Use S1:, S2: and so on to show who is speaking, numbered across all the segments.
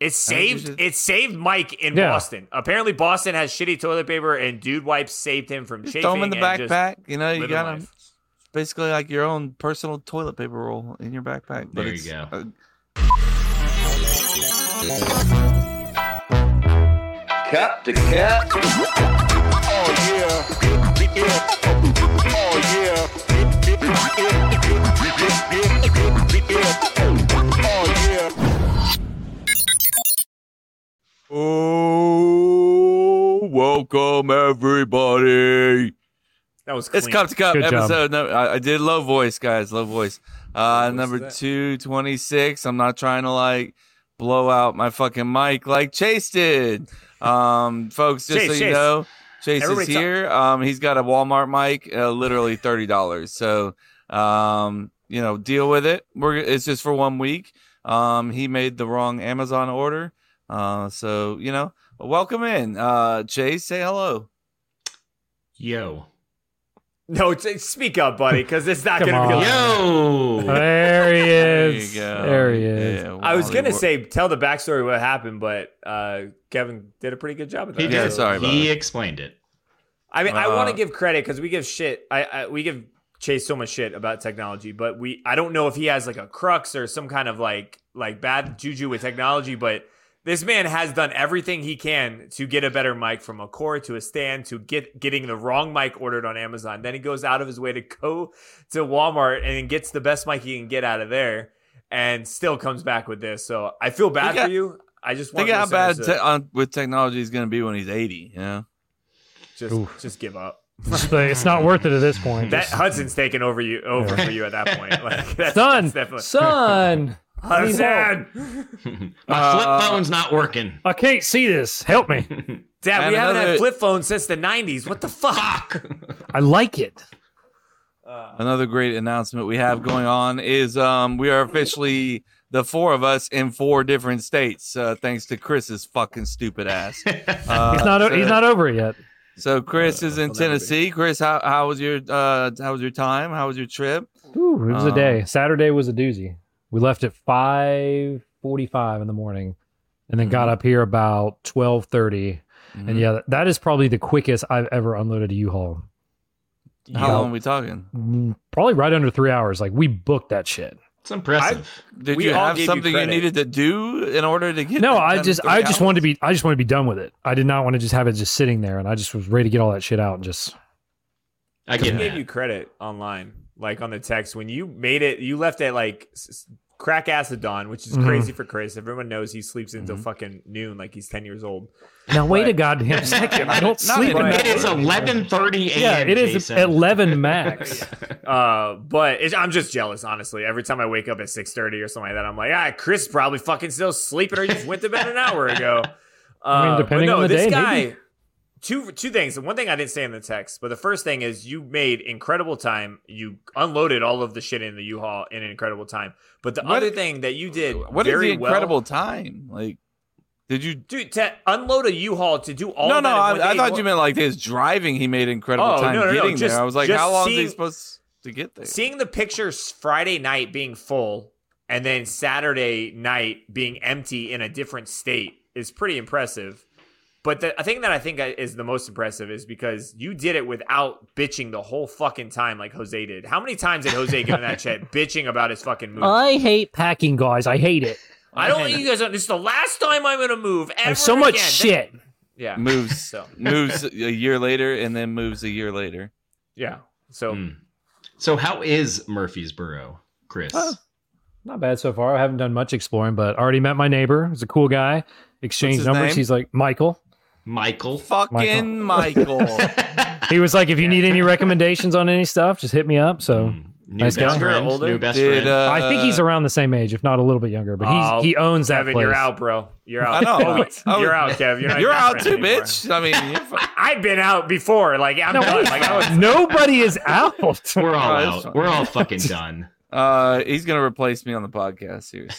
S1: It saved
S2: should-
S1: it saved Mike in
S3: Yeah.
S1: Boston. Apparently, Boston has shitty toilet paper, and dude wipes saved him from
S2: Just
S1: chafing.
S2: throw them in the
S1: and just
S2: backpack. You know, you
S1: living
S2: got them.
S1: life.
S2: Basically, like your own personal toilet paper roll in your backpack. But
S4: There you
S2: it's,
S4: go.
S2: uh,
S5: Cap to cap.
S6: Oh yeah. Oh yeah. Oh yeah.
S2: Oh, welcome everybody!
S1: That was clean.
S2: It's cup to cup
S3: Good job.
S2: episode. No, I, I did low voice, guys. Low voice. Uh,
S1: voice
S2: number
S1: that?
S2: two twenty six. I'm not trying to like blow out my fucking mic like Chase did. Um, folks, just
S1: Chase,
S2: so you
S1: Chase.
S2: know, Chase
S1: Everybody
S2: is
S1: talk.
S2: here. Um, he's got a Walmart mic, uh, literally thirty dollars. So, um, you know, deal with it. We're it's just for one week. Um, he made the wrong Amazon order. Uh, so you know, welcome in, uh, Chase. Say hello.
S4: Yo.
S1: No, t- speak up, buddy, because it's not
S3: Come
S1: gonna be.
S3: on.
S1: Like,
S4: Yo.
S3: Oh, There he is.
S2: There you go.
S3: There he is.
S2: Yeah,
S1: I was
S2: Wally
S1: gonna
S2: Wor-
S1: say tell the backstory what happened, but uh, Kevin did a pretty good job of that.
S4: He
S2: Yeah,
S4: did.
S2: sorry about
S4: he explained it.
S1: I mean, I want
S2: Uh,
S1: to give credit because we give shit. I, I we give Chase so much shit about technology, but we I don't know if he has like a crux or some kind of like like bad juju with technology, but. This man has done everything he can to get a better mic from a cord to a stand to get getting the wrong mic ordered on Amazon. Then he goes out of his way to go to Walmart and gets the best mic he can get out of there, and still comes back with this. So I feel bad
S2: got-
S1: for you. I just want
S2: Think how
S1: listeners to
S2: bad te- on, with technology is going to be when he's 80. You know,
S1: just
S3: Oof.
S1: just give up.
S3: It's like, it's not worth it at this point.
S1: That Hudson's taking over you over for you at that point. Like that's,
S3: son,
S1: that's definitely
S3: son, I need help.
S1: Hudson.
S4: My
S2: Uh,
S4: flip phone's not working.
S3: I can't see this. Help me.
S1: Dad,
S2: And
S1: we haven't
S2: another-
S1: had flip phones since the '90s. What the fuck?
S3: I like it.
S2: another great announcement we have going on is um, we are officially the four of us in four different states, uh, thanks to Chris's fucking stupid ass. Uh,
S3: He's not. o
S2: so,
S3: he's not over it yet.
S2: So Chris is
S1: that'll
S2: in
S1: never be.
S2: Tennessee. Chris, how, how was your uh, how was your time? How was your trip?
S3: Ooh, it was
S2: Um,
S3: a day. Saturday was a doozy. We left at five forty-five in the morning, and then got up here about twelve
S2: Mm-hmm.
S3: And yeah, that- that is probably the quickest I've ever unloaded a U-Haul.
S2: How
S3: Yeah.
S2: long are we talking?
S3: Mm, Probably right under three hours. Like we booked that shit.
S4: It's impressive.
S2: Did
S1: We
S2: you
S1: all
S2: have
S1: gave you
S2: something you,
S1: credit.
S2: needed to do in order to get?
S3: No,
S2: that
S3: I
S2: done
S3: just
S2: in
S3: I
S2: three
S3: just
S2: hours?
S3: wanted to be I just wanted to be done with it. I did not want to just have it just sitting there and I just was ready to get all that shit out and just
S4: I,
S1: Who
S4: get
S1: gave you
S4: that.
S1: credit online, like on the text when you made it? You left at like s- s- crack ass of dawn, which is
S3: Mhm.
S1: crazy for Chris. Everyone knows he sleeps until
S3: Mm-hmm.
S1: fucking noon, like he's ten years old.
S3: now wait a
S1: Right.
S3: goddamn second. I don't
S2: Not
S3: sleep.
S2: right.
S3: in that
S4: It is
S3: room.
S4: 11:30 a.m.
S3: Yeah, it is
S4: Jason.
S3: eleven max.
S1: Uh, but it's, I'm just jealous, honestly. Every time I wake up at 6:30 or something like that, I'm like, ah, Chris probably fucking still sleeping, or he just went to bed an hour ago. Uh,
S3: I mean,
S1: but
S3: depending
S1: no,
S3: on the
S1: this
S3: day,
S1: guy.
S3: maybe.
S1: Two two things. One thing I didn't say in the text, but the first thing is you made incredible time. You unloaded all of the shit in the U-Haul in an incredible time. But the
S2: What-
S1: other thing that you did
S2: What is
S1: very
S2: the incredible
S1: well,
S2: time? Like, did you
S1: dude, to unload a U-Haul to do all
S2: no,
S1: of that in
S2: no.
S1: one
S2: I, I
S1: day-
S2: thought you meant like his driving. He made incredible
S1: Oh,
S2: time
S1: no, no, no,
S2: getting
S1: just-
S2: there. I was like,
S1: just
S2: how long is
S1: seeing-
S2: he supposed to get there?
S1: seeing the pictures Friday night being full and then Saturday night being empty in a different state is pretty impressive. But the a thing that I think is the most impressive is because you did it without bitching the whole fucking time like Jose did. How many times did Jose get in that chat bitching about his fucking move?
S3: I hate packing, guys. I hate it.
S1: I don't want you guys. This is the last time I'm gonna move. Ever
S3: There's so much
S1: again.
S3: shit.
S1: Yeah.
S2: moves
S1: So
S2: moves a year later, and then moves a year later.
S1: yeah. So
S4: Hmm. So how is Murfreesboro, Chris?
S2: Oh.
S3: Not bad so far. I haven't done much exploring, but already met my neighbor. He's a cool guy. Exchanged
S2: his
S3: numbers.
S2: name?
S3: He's like Michael.
S4: Michael.
S2: Fucking Michael.
S3: He was like, if you need any recommendations on any stuff, just hit me up. So
S4: Hmm. New
S3: Nice
S4: best
S3: guy.
S4: friend.
S1: Older?
S4: New best
S2: Did
S4: friend.
S2: uh,
S3: I think he's around the same age, if not a little bit younger. But he's,
S1: Oh,
S3: he owns that
S1: Kevin,
S3: place.
S1: you're out, bro. You're out.
S2: I know.
S1: Oh, wait.
S2: I was-
S1: you're out, Kev. You're, not
S2: You're out
S1: friend
S2: too,
S1: anymore.
S2: bitch. I mean, you're fu-
S1: I've been out before. Like I'm
S3: No,
S1: done. Like I was
S3: Nobody is out.
S4: We're
S2: Oh,
S4: all
S2: that's
S4: out.
S2: fine.
S4: We're all fucking done.
S2: uh, he's gonna replace me on the podcast here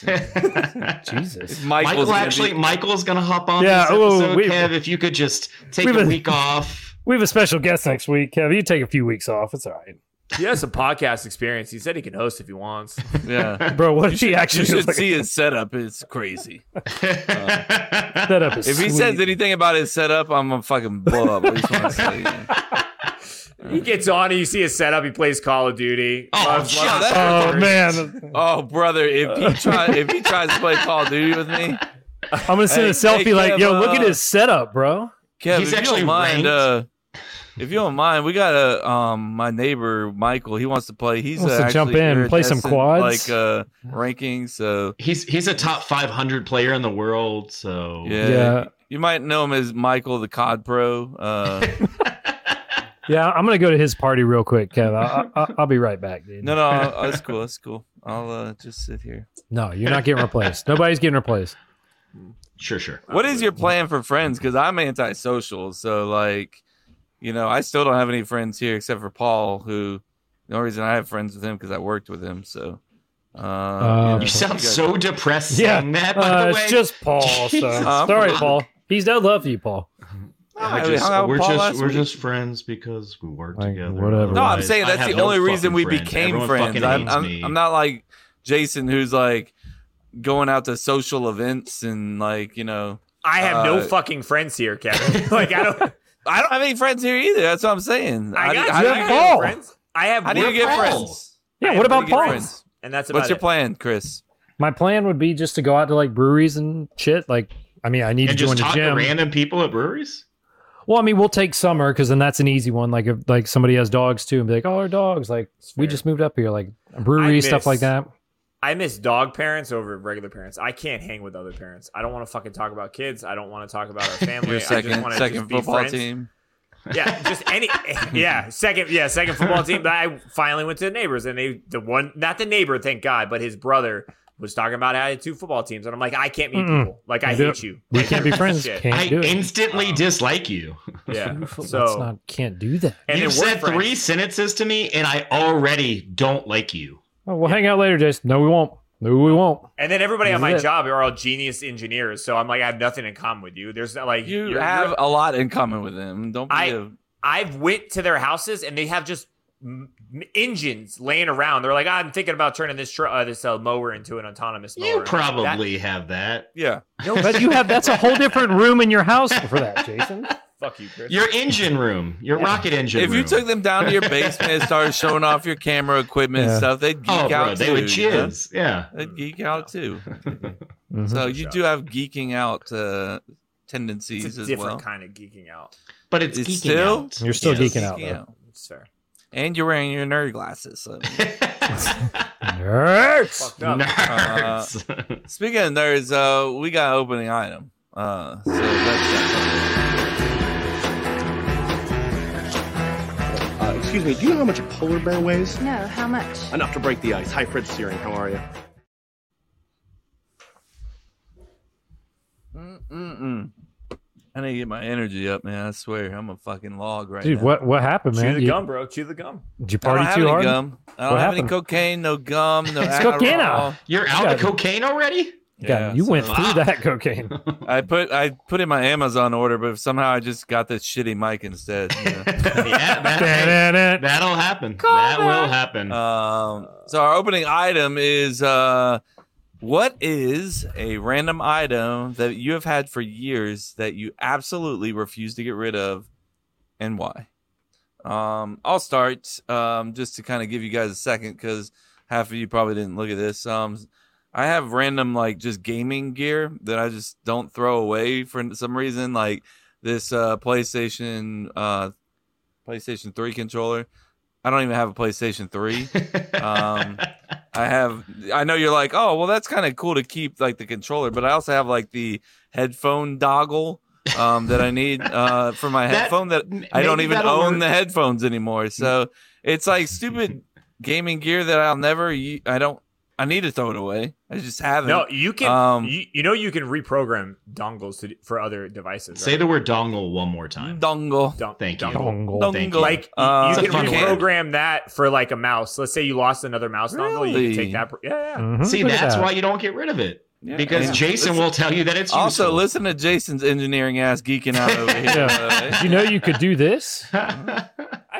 S2: soon.
S3: Jesus.
S2: Michael's
S4: Michael
S2: gonna
S4: actually,
S2: be-
S4: Michael's gonna hop on.
S3: Yeah,
S4: This
S3: oh,
S4: episode.
S3: we-
S4: Kev, if you could just take
S3: we've
S4: a
S3: been-
S4: week off.
S3: We have a special guest next week, Kev. You take a few weeks off. It's all right.
S1: He has some podcast experience. He said he can host if he wants.
S2: Yeah.
S3: Bro, what if she
S2: You
S3: actually
S2: should
S3: like,
S2: see his setup. It's crazy.
S3: set up is
S2: If he
S3: sweet.
S2: says anything about his setup, I'm gonna fucking blow up. I just wanna say, yeah.
S1: He gets on and you see his setup. He plays Call of Duty.
S4: Oh,
S1: Loves-
S4: shut
S1: loves-
S3: Oh man,
S2: Oh brother, if he try if he tries to play Call of Duty with me,
S3: I'm gonna send
S2: Hey,
S3: a selfie
S2: hey,
S3: like,
S2: Kev,
S3: yo, look
S2: uh,
S3: at his setup, bro.
S2: Kev,
S4: He's
S2: if you
S4: actually
S2: don't mind,
S4: ranked.
S2: uh, if you don't mind, we got a um my neighbor Michael. He wants to play. He's
S3: Wants
S2: uh,
S3: to jump
S2: actually
S3: in,
S2: here at
S3: play some
S2: Essen,
S3: quads.
S2: like uh rankings. So
S4: he's he's a top 500 player in the world. So
S2: yeah,
S3: Yeah.
S2: you might know him as Michael the COD Pro. Uh,
S3: Yeah, I'm gonna go to his party real quick, Kev. I, I, I- I'll be right back, dude.
S2: no, no, oh, that's cool. That's cool. I'll uh, just sit here.
S3: no, you're not getting replaced. Nobody's getting replaced.
S4: sure, sure.
S2: What is your plan for friends? Because I'm antisocial, so like, you know, I still don't have any friends here except for Paul, who the only reason I have friends with him because I worked with him. So, uh,
S3: Uh,
S4: You
S3: You
S4: sound
S2: guys-
S4: so depressed
S3: Yeah.
S4: saying that. By
S3: Uh,
S4: the way,
S3: it's just Paul. So.
S4: Jesus
S3: Sorry,
S2: Christ.
S3: Paul. He's dead love for you, Paul.
S2: I
S4: we're
S2: hung
S4: just
S2: out with
S4: we're,
S2: Paul
S4: just,
S2: last
S4: we're
S2: week.
S4: just friends because we work
S3: Like,
S4: together.
S3: whatever.
S2: No, I'm
S4: Otherwise,
S2: saying
S4: I
S2: that's
S4: have
S2: the
S4: no
S2: only reason
S4: fucking
S2: we
S4: friend.
S2: became
S4: Everyone
S2: friends.
S4: fucking
S2: I'm,
S4: hates
S2: I'm,
S4: me.
S2: I'm not like Jason, who's like going out to social events and like you know,
S1: I have no
S2: Uh,
S1: fucking friends here, Kevin. like I don't.
S2: I don't have any friends here either. That's what I'm saying.
S1: I
S2: How do-
S1: got
S2: how
S1: you.
S2: do
S1: I
S2: you.
S1: have
S3: Paul.
S1: friends. I have.
S2: How do you
S1: one
S2: get
S1: friend,
S2: friends?
S3: Yeah,
S1: I
S3: what
S1: have
S3: about
S1: pretty good
S3: Paul?
S2: friends?
S1: and that's about
S2: What's your
S1: it.
S2: plan, Chris?
S3: My plan would be just to go out to like breweries and shit. Like, I mean, I need
S4: And
S3: to join
S4: just
S3: the
S4: talk to
S3: gym.
S4: random people at breweries.
S3: Well, I mean, we'll take summer because then that's an easy one. Like, if like somebody has dogs too, and be like, "Oh, our dogs!" Like, we
S1: fair.
S3: just moved up here, like brewery stuff
S1: miss-
S3: like that.
S1: I miss dog parents over regular parents. I can't hang with other parents. I don't want to fucking talk about kids. I don't want to talk about our family.
S2: Your
S1: I just
S2: second
S1: want to
S2: second
S1: just be
S2: football
S1: friends.
S2: team.
S1: Yeah, just any. Yeah, second. Yeah, second football team. But I finally went to the neighbors, and they the one not the neighbor, thank God, but his brother was talking about how he had two football teams, and I'm like, I can't meet
S3: Mm-mm.
S1: people. Like I
S3: Yeah.
S1: hate you.
S3: We
S1: Like,
S3: can't be
S1: you're a
S3: friends.
S1: piece of shit.
S3: Can't
S4: I
S3: do it.
S4: instantly
S2: Oh.
S4: dislike you.
S1: Yeah.
S3: That's
S1: So
S3: not can't do that.
S1: and
S4: you
S1: they were
S4: said
S1: friends.
S4: three sentences to me, and I already don't like you.
S3: Oh, we'll hang out later, Jason. No, we won't. No, we won't.
S1: And then everybody at
S3: This
S1: my
S3: is it.
S1: job are all genius engineers, so I'm like, I have nothing in common with you. There's not like
S2: You
S1: you're-
S2: have
S1: you're-
S2: a lot in common with him. Don't be
S1: I-
S2: a-
S1: I've went to their houses and they have just m- m- engines laying around. They're like, I'm thinking about turning this tr- uh, this uh, mower into an autonomous mower. And
S4: You
S1: I'm like, that-
S4: probably have that.
S2: yeah.
S1: no,
S3: But you have that's a whole different room in your house for that, Jason.
S1: fuck you, Chris.
S4: Your engine room, your rocket engine.
S2: If you
S4: room.
S2: took them down to your basement and started showing off your camera equipment
S3: Yeah.
S2: and stuff, they'd geek
S4: oh,
S2: out.
S4: bro,
S2: too,
S4: they would
S2: you know?
S4: cheers. Yeah.
S2: They'd geek out too.
S3: Mhm.
S2: So you do have geeking out uh, tendencies
S1: it's a
S2: as
S1: different
S2: well.
S1: kind of geeking out.
S4: but it's,
S2: It's
S4: geeking
S2: still-
S4: out.
S3: You're still
S4: Yes.
S3: geeking out.
S2: Geeking
S3: though.
S1: It's fair.
S2: And you're wearing your nerd glasses. So.
S3: Nerds.
S1: Fucked up.
S4: Nerds.
S2: Speaking of nerds, uh, we got an opening item. Uh, so that's
S7: Uh, excuse me, do you know how much a polar bear weighs?
S8: No, how much?
S7: Enough to break the ice. Hi, Fred Searing. How are you?
S2: Mm-mm-mm. I need to get my energy up, man. I swear, I'm a fucking log right
S3: Dude,
S2: now.
S3: what what happened,
S1: Chew
S3: man?
S1: the
S3: You-
S1: gum, bro. Chew the gum.
S3: Did you
S2: I
S3: party
S2: don't have
S3: too
S2: any
S3: hard?
S2: gum. I don't
S3: What
S2: have any
S3: happened?
S2: cocaine, no gum, no
S3: It's cocaine
S2: Adderall.
S4: You're out
S3: Yeah.
S4: of cocaine already?
S3: God,
S2: Yeah,
S3: you
S2: so-
S3: went through that cocaine.
S2: I put I put in my Amazon order, but somehow I just got this shitty mic instead. you know.
S4: yeah, that,
S3: Da-da-da.
S4: will happen. that will happen.
S2: um, so our opening item is uh, what is a random item that you have had for years that you absolutely refuse to get rid of, and why? Um, I'll start um, just to kind of give you guys a second because half of you probably didn't look at this. Um, I have random like just gaming gear that I just don't throw away for some reason, like this uh, PlayStation uh, PlayStation Three controller. I don't even have a PlayStation Three. um, I have. I know you're like, oh, well, that's kind of cool to keep like the controller, but I also have like the headphone doggle um, that I need uh, for my
S4: That-
S2: headphone that
S4: M-
S2: I don't
S4: maybe
S2: even
S4: that'll
S2: own
S4: work.
S2: the headphones anymore. So it's like stupid gaming gear that I'll never. u- I don't. I need to throw it away. I just haven't.
S1: No, you can.
S2: Um,
S1: you, you know you can reprogram dongles to, for other devices.
S4: Say
S1: right?
S4: the word dongle one more time.
S2: dongle.
S1: Dong-
S4: Thank you. Oh,
S1: dongle.
S3: Dongle.
S2: Dongle.
S4: Thank you.
S1: Like y-
S2: Uh,
S1: you
S4: It's
S1: can
S4: a fun word.
S1: reprogram that for like a mouse. Let's say you lost another mouse dongle, you
S2: Really?
S1: can take that. pro- Yeah, yeah.
S3: Mhm,
S4: See,
S3: look at
S4: that's
S3: that.
S4: why you don't get rid of it.
S2: Yeah.
S4: Because
S2: Yeah.
S4: Jason
S2: Listen-
S4: will tell you that it's
S2: Also,
S4: useful.
S2: listen to Jason's engineering ass geeking out over here.
S3: Yeah.
S2: by the way.
S3: Did you know you could do this?
S1: I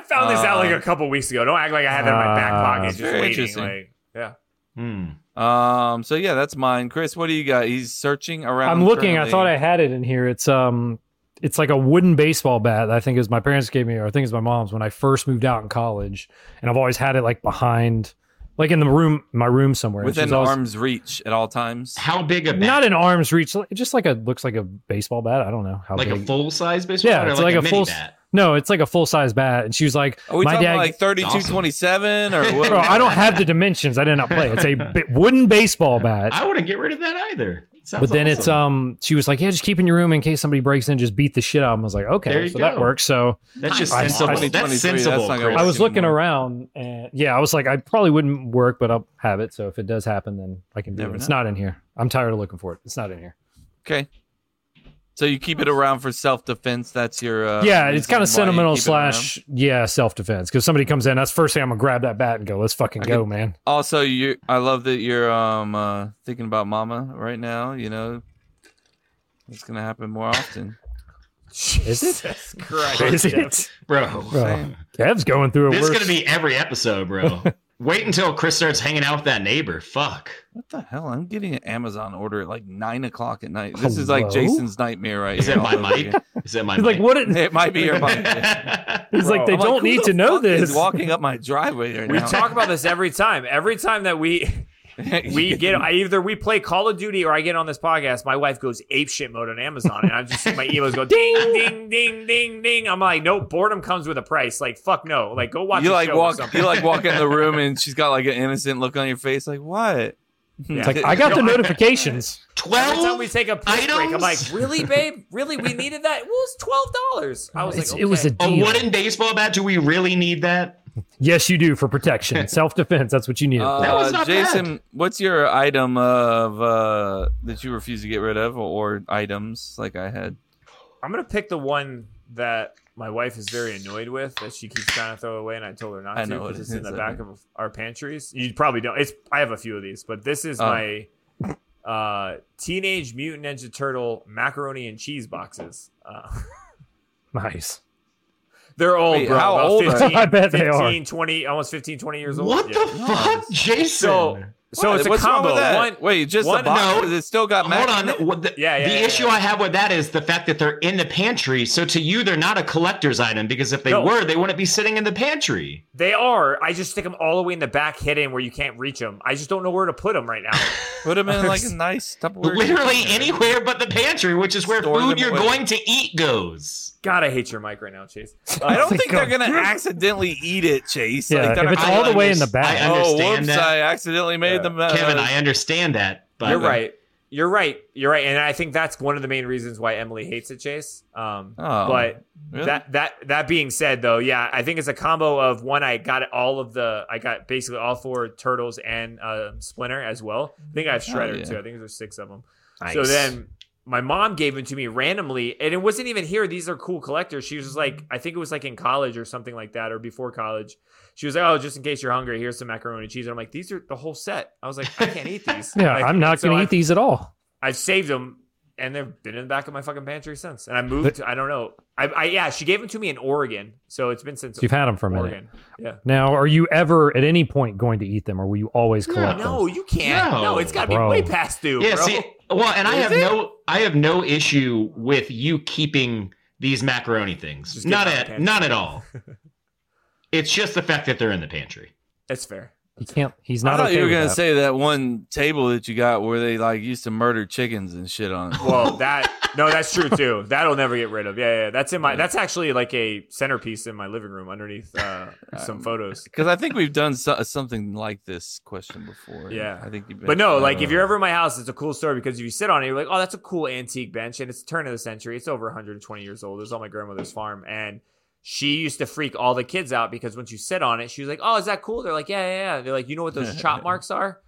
S1: found this out like
S2: Um,
S1: a couple weeks ago. Don't act like I had that in my back
S3: Ah,
S1: pocket
S3: it's
S1: just
S2: very
S1: waiting.
S2: interesting.
S1: Like, yeah.
S4: Hmm.
S2: Um. So yeah, that's mine. Chris, what do you got? He's searching around.
S3: I'm looking. I
S2: currently.
S3: thought I had it in here. It's um, it's like a wooden baseball bat. that I think it was my parents gave me, or I think it's my mom's when I first moved out in college, and I've always had it like behind, like in the room, my room somewhere. And she's
S2: within
S3: always-
S2: arm's reach at all times.
S4: How big a bat?
S3: not in arm's reach, like- just like a looks like a baseball bat. I don't know how
S4: like
S3: big.
S4: a full size baseball
S3: Yeah,
S4: bat or
S3: it's like
S4: like, a,
S3: a
S4: mini
S3: full-
S4: bat?
S3: no, it's like a full size bat, and she was like,
S2: Are we
S3: my
S2: talking
S3: dad.
S2: like 3227 or what?
S3: Bro, I don't have the dimensions. I did not play. It's a bi- wooden baseball bat.
S4: I wouldn't get rid of that either. It sounds
S3: but then it's
S4: awesome.
S3: um she was like yeah just keep it in your room in case somebody breaks in just beat the shit out of them i was like
S4: There
S3: okay
S4: you
S3: so that
S4: go.
S3: works so
S4: that's just
S3: I-
S4: sensible.
S3: I-
S4: that's
S2: 23, that's not
S4: sensible.
S2: gonna
S4: Chris.
S3: i was
S2: Anymore.
S3: looking around and yeah i was like i probably wouldn't work but i'll have it so if it does happen then i can do
S2: Never
S3: it it's
S2: know.
S3: not in here i'm tired of looking for it it's not in here
S2: Okay. So you keep it around for self defense. That's your. Uh,
S3: yeah it's
S2: reason
S3: kind
S2: why you
S3: of sentimental
S2: keep it
S3: slash yeah self-defense because somebody comes in that's the first thing i'm gonna grab that bat and go let's fucking
S2: I
S3: go
S2: could-
S3: man
S2: around. Also, you. I love that you're um uh, thinking about Mama right now. You know, it's gonna happen more often.
S3: Is it?
S1: Jesus Christ.
S3: is
S1: Jeff.
S3: it
S4: bro.
S3: bro kev's going through a
S4: This is
S3: worse
S4: gonna be every episode, bro. Wait until Chris starts hanging out with that neighbor. Fuck.
S2: What the hell? I'm getting an Amazon order at like nine o'clock at night. This is like
S3: Hello?
S2: Jason's nightmare right
S4: Is
S2: here.
S4: it my
S2: all over
S4: mic?
S2: again.
S4: Is it my
S3: He's
S4: mic?
S3: like what it,
S2: It might be your mic.
S3: he's
S1: Bro,
S3: like they
S1: I'm
S2: like, who
S3: don't need
S2: the
S3: to know
S2: fuck is
S3: this
S2: Walking up my driveway right
S1: We
S2: now.
S1: talk about this every time. Every time that we we get I either we play Call of Duty or I get on this podcast, my wife goes apeshit mode on Amazon and I'm just my emails go ding ding ding ding ding. I'm like, no, boredom comes with a price. Like fuck no. Like go watch
S2: you
S1: a
S2: like
S1: show or
S2: walk.
S1: something.
S2: You like walk in the room and she's got like an innocent look on your face. Like what?
S1: Yeah.
S3: it's like i got the notifications
S1: Every time
S4: Twelve.
S1: we take a piss break, I'm
S4: items?
S1: like, really, babe? Really? We needed that? It was twelve dollars. I was
S3: It's-
S1: like,
S3: it was a
S1: okay.
S3: deal
S4: A wooden baseball bat? Do we really need that?
S3: Yes, you do for protection, self defense. That's what you need. it for.
S4: That was
S2: Uh,
S4: not
S2: Jason,
S4: bad.
S2: what's your item of uh, that you refuse to get rid of, or items like I had?
S1: I'm gonna pick the one that my wife is very annoyed with that she keeps trying to throw away, and I told her not
S2: I
S1: to
S2: know what
S1: because
S2: it
S1: it's in
S2: is,
S1: the
S2: I
S1: back of our pantries. You probably don't. It's I have a few of these, but this is
S2: Oh.
S1: my uh teenage mutant ninja turtle macaroni and cheese boxes uh,
S3: nice.
S1: they're old
S2: Wait,
S1: bro
S2: how
S1: about
S2: old are they?
S1: 15,
S3: I bet they are.
S1: 15, 20 almost 15 20 years old
S4: What
S1: Yeah.
S4: the fuck, Jason?
S1: so so
S2: What?
S1: it's a
S2: What's wrong with
S1: combo
S2: that?
S1: one
S2: Wait, just
S1: one-
S2: a box.
S4: no.
S2: It still got mac.
S4: Hold on. What the,
S1: Yeah, yeah,
S4: the
S1: yeah,
S4: issue
S1: yeah.
S4: I have with that is the fact that they're in the pantry. So to you, they're not a collector's item because if they
S1: No.
S4: were, they wouldn't be sitting in the pantry.
S1: They are. I just stick them all the way in the back, hidden where you can't reach them. I just don't know where to put them right now.
S2: Put them in like a nice Tupperware.
S4: Literally
S2: container.
S4: anywhere but the pantry, which is where
S2: Store them
S4: food you're
S2: away.
S4: going to eat goes.
S1: God, I hate your mic right now, Chase. Uh,
S2: I don't
S3: Oh my
S2: think they're
S3: God.
S2: gonna accidentally eat it, Chase.
S3: Yeah,
S2: like, they're
S3: if
S2: not
S3: it's
S2: gonna
S3: all the
S2: like,
S3: way in the
S4: underst-
S3: back.
S4: I
S2: Oh,
S4: understand
S2: whoops!
S4: that.
S2: I accidentally made
S1: Yeah.
S2: them. Uh,
S4: Kevin, I understand that. But
S1: You're right. You're right. You're right. And I think that's one of the main reasons why Emily hates it, Chase. Um,
S2: Oh,
S1: but
S2: really?
S1: that that that being said, though, yeah, I think it's a combo of one. I got all of the. I got basically all four turtles and um Splinter as well. I think I have
S2: Hell
S1: Shredder
S2: yeah.
S1: too. I think there's six of them. So
S4: Nice.
S1: then my mom gave them to me randomly, and it wasn't even here. These are cool collectors. She was just like, I think it was like in college or something like that, or before college. She was like, "Oh, just in case you're hungry, here's some macaroni and cheese." And I'm like, "These are the whole set." I was like, "I can't eat these."
S3: Yeah,
S1: Like,
S3: I'm not
S1: so
S3: going to
S1: I-
S3: eat these at all.
S1: I've saved them, and they've been in the back of my fucking pantry since. And I moved. I don't know. I, I yeah, she gave them to me in Oregon, so it's been since
S3: You've had them for a minute.
S1: Oregon. Yeah.
S3: Now, are you ever at any point going to eat them, or will you always collect
S1: No,
S3: them?
S1: you can't. No,
S4: No.
S1: it's got to be
S3: Bro.
S1: way past due.
S4: Yeah,
S1: bro.
S4: see, well, and I
S1: Is
S4: have
S1: it?
S4: no, I have no issue with you keeping these macaroni things.
S1: Just get
S4: Not
S1: them out of the
S4: at,
S1: pantry.
S4: not at all. it's just the fact that they're in the pantry.
S1: that's fair.
S3: He can't. He's
S2: I
S3: not
S2: thought
S3: okay
S2: you were
S3: with
S2: gonna
S3: that.
S2: say that one table that you got where they like used to murder chickens and shit on. it.
S1: Well, that no, that's true too. That'll never get rid of. Yeah, yeah. That's in my. That's actually like a centerpiece in my living room underneath uh, some photos.
S2: Because I think we've done so- uh, something like this question before.
S1: Yeah.
S2: I think you've been.
S1: But no, like
S2: uh,
S1: if you're ever in my house, it's a cool story because if you sit on it, you're like, oh, that's a cool antique bench, and it's turn of the century. It's over 120 years old. It was on my grandmother's farm, and she used to freak all the kids out because once you sit on it, she was like, oh, is that cool? They're like, yeah, yeah. yeah. They're like, you know what those chop marks are?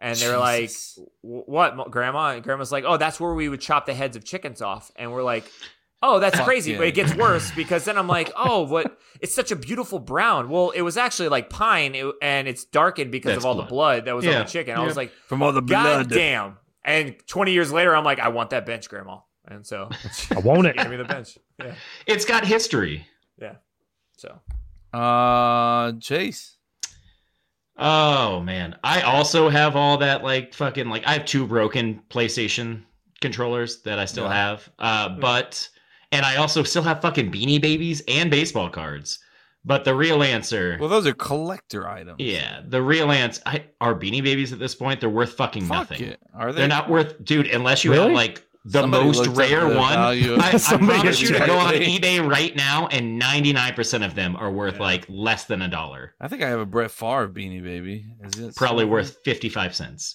S1: And they're like,
S2: Jesus.
S1: "W- what, Mo- grandma? And grandma's like, oh, that's where we would chop the heads of chickens off. And we're like, oh, that's
S2: Fuck
S1: crazy.
S2: yeah.
S1: But it gets worse because then I'm like, oh, what? It's such a beautiful brown. Well, it was actually like pine, it- and it's darkened because
S4: That's
S1: of all the
S4: blood.
S1: blood that was on
S4: Yeah.
S1: the chicken. I
S4: Yeah.
S1: was like,
S2: from all the
S1: God
S2: blood.
S1: damn. And 20 years later, I'm like, I want that bench, Grandma. And so
S3: I want it.
S1: give me the bench. Yeah.
S4: It's got history.
S1: So
S2: Uh, Chase.
S4: Oh man, I also have all that like fucking like I have two broken PlayStation controllers that I still
S2: Yeah. Hmm.
S4: have. Uh, but and I also still have fucking Beanie Babies and baseball cards. But the real answer,
S2: Well, those are collector items.
S4: yeah, the real answer I, are Beanie Babies at this point. They're worth fucking
S2: Fuck
S4: nothing.
S2: it. Are they?
S4: They're not worth, dude, unless you have
S3: Really?
S4: like the
S2: Somebody
S4: most
S2: looked up
S4: rare
S2: the
S4: one.
S2: value of-
S4: I, I
S3: Somebody
S4: promise you to go on
S2: exactly.
S4: eBay right now, and ninety nine percent of them are worth like less than a dollar.
S2: I think I have a Brett Favre beanie baby. Is it
S4: probably
S2: somewhere?
S4: worth 55 cents.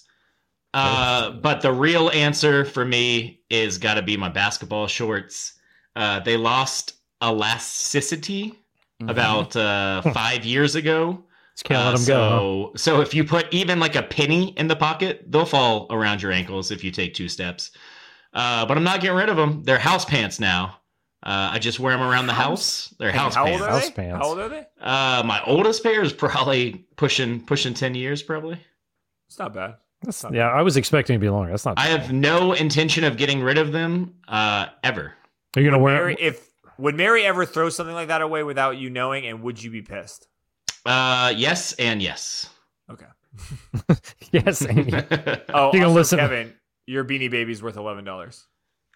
S4: Uh, but the real answer for me is got to be my basketball shorts. Uh, they lost elasticity
S2: Mhm.
S4: about uh, five years ago.
S3: Just can't
S4: Uh,
S3: let them
S4: so,
S3: go.
S4: So if you put even like a penny in the pocket, they'll fall around your ankles if you take two steps. Uh, but I'm not getting rid of them. They're house pants now. Uh, I just wear them around the house. They're house
S1: How old
S4: pants.
S1: are
S3: House
S1: they?
S3: pants.
S1: How old are they?
S4: Uh, my oldest pair is probably pushing pushing ten years, probably.
S1: It's not bad.
S3: That's- yeah, I was expecting to be longer. That's not.
S4: I have no intention of getting rid of them uh, ever.
S3: You're gonna wear.
S1: Mary, if would Mary ever throw something like that away without you knowing, and would you be pissed?
S4: Uh, yes and yes.
S1: Okay.
S3: yes. Amy.
S1: Oh,
S3: You can
S1: also,
S3: listen-
S1: Kevin. Your beanie baby's worth eleven dollars.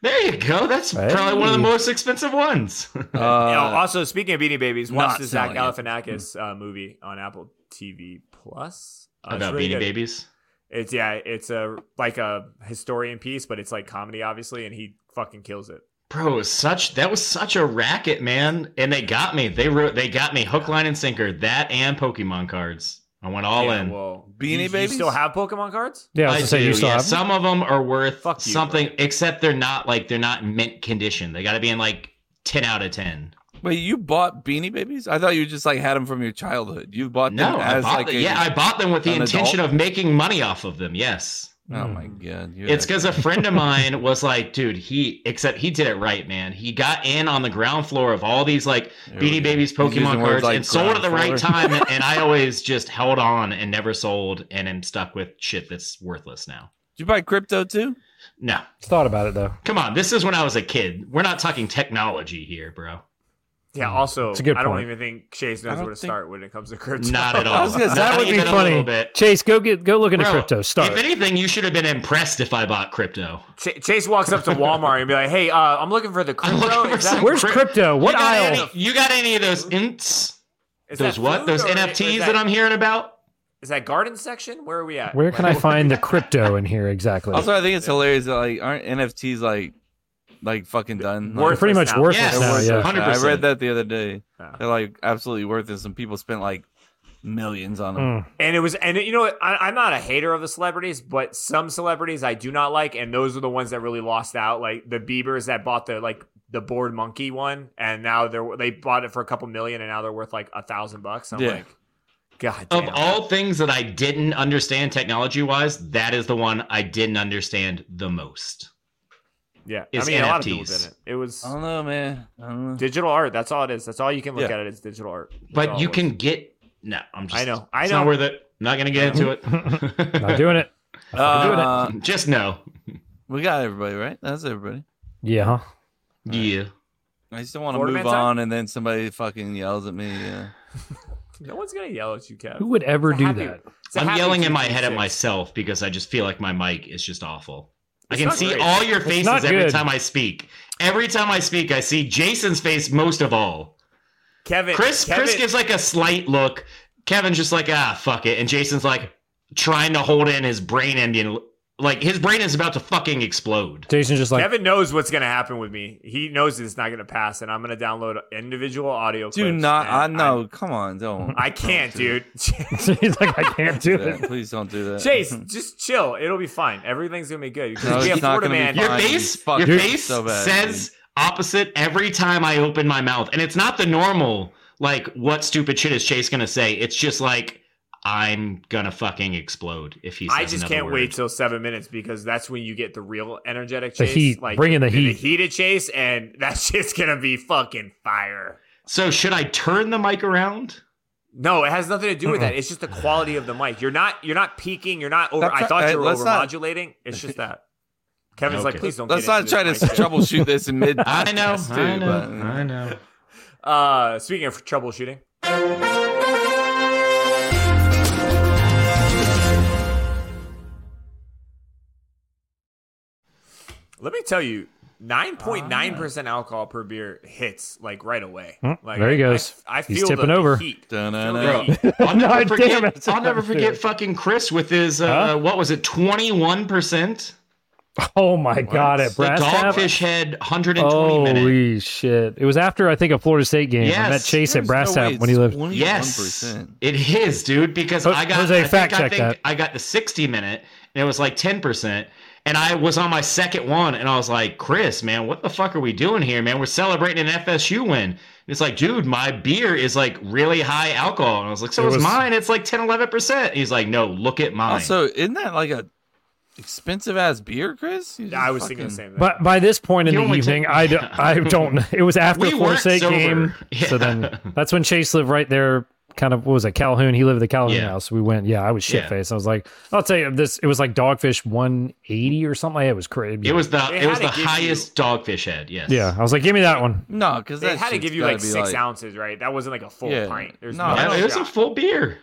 S4: there you go. That's probably one of the
S3: Hey.
S4: most expensive ones.
S2: Uh,
S1: also, speaking of beanie babies, watch
S2: not
S1: the Zach
S2: selling it.
S1: Galifianakis uh, movie on Apple TV Plus. Uh, it's
S4: About
S1: really
S4: Beanie
S1: good.
S4: Babies.
S1: It's yeah, it's a like a historian piece, but it's like comedy, obviously, and he fucking kills it.
S4: Bro, it was such that was such a racket, man. And they got me. They wrote they got me hook, line, and sinker. That and Pokemon cards. I went all
S1: Yeah,
S4: in.
S1: Well,
S2: Beanie
S1: you- you
S2: Babies?
S1: still have Pokemon cards?
S3: Yeah, I was
S4: I
S3: gonna say
S4: do,
S3: you still
S4: yeah.
S3: have.
S4: Some of them are worth
S1: Fuck you,
S4: something, except they're not like they're not mint condition. They got to be in like ten out of ten.
S2: wait, you bought beanie babies? I thought you just like had them from your childhood. You bought them
S4: No, I
S2: as
S4: bought
S2: like
S4: them.
S2: a-
S4: yeah, I bought them with the
S2: an
S4: intention
S2: adult?
S4: of making money off of them. Yes.
S2: Oh my god, you're
S4: It's
S2: that-
S4: because a friend of mine was like, dude, he, except he did it right, man. He got in on the ground floor of all these like
S2: There we
S4: Beanie
S2: go.
S4: Babies
S2: He's using
S4: Pokemon
S2: words
S4: cards
S2: like
S4: and sold at the
S2: ground
S4: right
S2: floor.
S4: time. and I always just held on and never sold and am stuck with shit that's worthless now.
S2: Did you buy crypto too?
S4: No,
S3: Thought about it though.
S4: come on. This is when I was a kid. We're not talking technology here, bro.
S1: Yeah. Also,
S3: It's a good
S1: I don't
S3: point.
S1: even think Chase
S2: I
S1: knows
S2: don't
S1: where to
S2: think-
S1: start when it comes to crypto.
S4: Not at all.
S2: I was gonna say,
S4: Not
S2: that would be
S4: even a
S3: funny.
S4: little bit.
S3: Chase, go get go look into
S4: Bro,
S3: crypto. Start.
S4: If anything, you should have been impressed if I bought crypto.
S1: Ch- Chase walks up to Walmart and be like, "Hey, uh, I'm looking for the
S4: I'm
S1: crypto.
S4: looking for
S1: Is that,
S4: some-
S3: Where's
S4: Crypt-
S3: crypto? What
S4: you got
S3: aisle?
S4: Any, you got any of those ints?
S1: is
S4: Those
S1: that
S4: what?
S1: food
S4: Those
S1: or- or is
S4: NFTs
S1: that-
S4: that I'm hearing about?
S1: Is that garden section? Where are we at?
S3: Where can I find the crypto in here exactly?
S2: Also, I think it's hilarious that like aren't NFTs like like fucking done? Like,
S1: Worth
S3: pretty
S1: worthless
S3: much
S1: now.
S3: worthless
S4: Yes.
S3: now. Yeah.
S4: Worth-
S2: Yeah, I
S4: 100%.
S2: read that the other day.
S1: Yeah.
S2: They're like absolutely worthless, and people spent like millions on them.
S3: Mm.
S1: And it was, and you know, what? I, I'm not a hater of the celebrities, but some celebrities I do not like, and those are the ones that really lost out. Like the Bieber's that bought the like the board monkey one, and now they're they bought it for a couple million, and now they're worth like a thousand bucks. I'm
S2: Yeah.
S1: like, God
S4: Of
S1: damn.
S4: all things that I didn't understand technology wise, that is the one I didn't understand the most.
S1: yeah, I
S4: is
S1: mean, a lot of people
S4: NFTs.
S1: didn't. It was
S3: Um,
S2: I don't know, man. I don't know.
S1: digital art. That's all it is. That's all you can look
S2: Yeah.
S1: at. It is digital art. That's all
S4: But
S1: it
S4: you
S1: was.
S4: can get no. I'm just.
S1: I know. I
S4: it's
S1: know.
S4: Not worth it. Not gonna get into
S3: Not
S4: it.
S3: doing it.
S2: Uh,
S4: just no.
S2: we got everybody right. That's everybody.
S3: Yeah. Huh?
S4: Yeah.
S2: I just don't want to
S1: Florida
S2: move
S1: man's
S2: on, and then somebody fucking yells at me. Yeah.
S1: No one's gonna yell at you, Kev.
S3: Who would ever
S1: It's a
S3: do
S1: happy-
S3: that?
S1: it's a
S4: I'm
S1: happy
S4: yelling in my head at
S1: 236.
S4: myself because I just feel like my mic is just awful. I
S1: It's
S4: can
S1: not
S4: see
S1: great.
S4: all your faces
S3: not
S4: every
S3: good.
S4: time I speak. Every time I speak, I see Jason's face most of all.
S1: Kevin.
S4: Chris
S1: Kevin,
S4: Chris gives like a slight look. Kevin's just like, ah, fuck it. And Jason's like trying to hold in his brain Indian like his brain is about to fucking explode.
S3: Jason's just like
S1: Kevin knows what's going to happen with me. He knows it's not going to pass, and I'm going to download individual audio.
S2: Do
S1: clips,
S2: not.
S1: and
S2: I know. come on, don't.
S1: I'm- I can't,
S2: Oh,
S1: dude.
S3: he's like I can't do
S2: do that.
S3: it.
S2: Please don't do that.
S1: Chase, just chill. It'll be fine. Everything's going to be good. Because
S2: No,
S1: we
S2: it's
S1: have
S2: not
S1: Florida
S2: gonna be
S1: man.
S2: fine.
S4: Your
S2: Fine,
S4: face
S2: fuck,
S4: your
S2: dude.
S4: face
S2: So bad,
S4: says opposite every time I open my mouth. And it's not the normal like what stupid shit is Chase gonna say. It's just like I'm gonna fucking explode if he says
S1: I just
S4: another
S1: can't
S4: word.
S1: wait till seven minutes because that's when you get the real energetic
S3: The
S1: chase.
S3: heat. Bring in the
S1: The
S3: heat.
S1: heated chase, and that shit's going to be fucking fire.
S4: So should I turn the mic around?
S1: No, it has nothing to do with that. It's just the quality of the mic. You're not you're not peaking. You're not over.
S2: That's
S1: I
S2: not-
S1: thought
S2: hey,
S1: you were
S2: let's
S1: over
S2: not-
S1: modulating. It's just that. Kevin's like,
S4: Okay.
S1: please don't.
S2: Let's
S1: get
S2: not
S1: into
S2: try to
S1: this mic.
S2: troubleshoot this in mid.
S4: I know,
S2: podcast,
S4: I
S2: too,
S4: know,
S2: but-
S4: I know.
S1: Uh, speaking of troubleshooting, Let me tell you, nine point nine percent alcohol per beer hits like right away.
S3: Mm,
S1: Like
S3: there he
S1: I- I-
S3: goes.
S1: I, feel
S3: He's tipping
S1: the,
S3: over.
S1: The heat.
S2: Dun-dun-dun.
S1: Feel the heat.
S4: I'll never
S3: No,
S4: forget,
S3: damn it.
S4: I'll never forget fucking Chris with his uh,
S3: Huh?
S4: what was it, twenty one percent?
S3: Oh my god! At
S4: The
S3: Brass Oh, Tap.
S4: dogfish head, hundred and twenty
S3: Holy
S4: minutes.
S3: shit! It was after I think a Florida State game. I
S4: Yes.
S3: met Chase at
S2: There's
S3: Brass
S2: no way
S3: Tap
S2: it's
S3: when he lived.
S2: 21%.
S4: Yes, it is, dude. Because
S3: Ho-
S4: I got
S3: Jose,
S4: I think
S3: fact
S4: I
S3: check
S4: think
S3: that.
S4: I got the sixty minute, and it was like ten percent. And I was on my second one, and I was like, Chris, man, what the fuck are we doing here, man? We're celebrating an FSU win. And it's like, dude, my beer is like really high alcohol. And I was like, so
S3: It
S4: is
S3: was-
S4: mine. It's like 10, 11%. He's like, no, look at mine.
S2: Also, isn't that like a expensive ass beer, Chris? You
S1: Yeah, I
S2: just
S1: was thinking the
S2: fucking-
S1: same thing.
S3: But by this point in
S4: You
S3: the
S4: only
S3: evening,
S4: took-
S3: I, do, I don't. It was after
S4: We
S3: a Florida
S4: weren't
S3: State
S4: sober.
S3: game, so
S4: Yeah.
S3: then that's when Chase lived right there. Kind of what was it? Calhoun. He lived at the Calhoun
S4: Yeah.
S3: house. We went. Yeah, I was
S4: Yeah.
S3: shit faced. I was like, I'll tell you this. It was like dogfish one eighty or something. Like that. It was crazy.
S4: It was the
S1: They
S4: it was
S1: had
S4: the
S1: to give you-
S4: highest dogfish head. Yes.
S3: Yeah, I was like, give me that one.
S2: No, because
S1: they
S2: that
S1: had to
S2: shit's
S1: give you
S2: gotta
S1: like
S2: be
S1: six ounces, right? That wasn't like a full
S2: Yeah.
S1: pint. There's
S2: No,
S1: no,
S2: I
S4: Yeah,
S2: don't-
S4: it was a
S1: shot.
S4: full beer.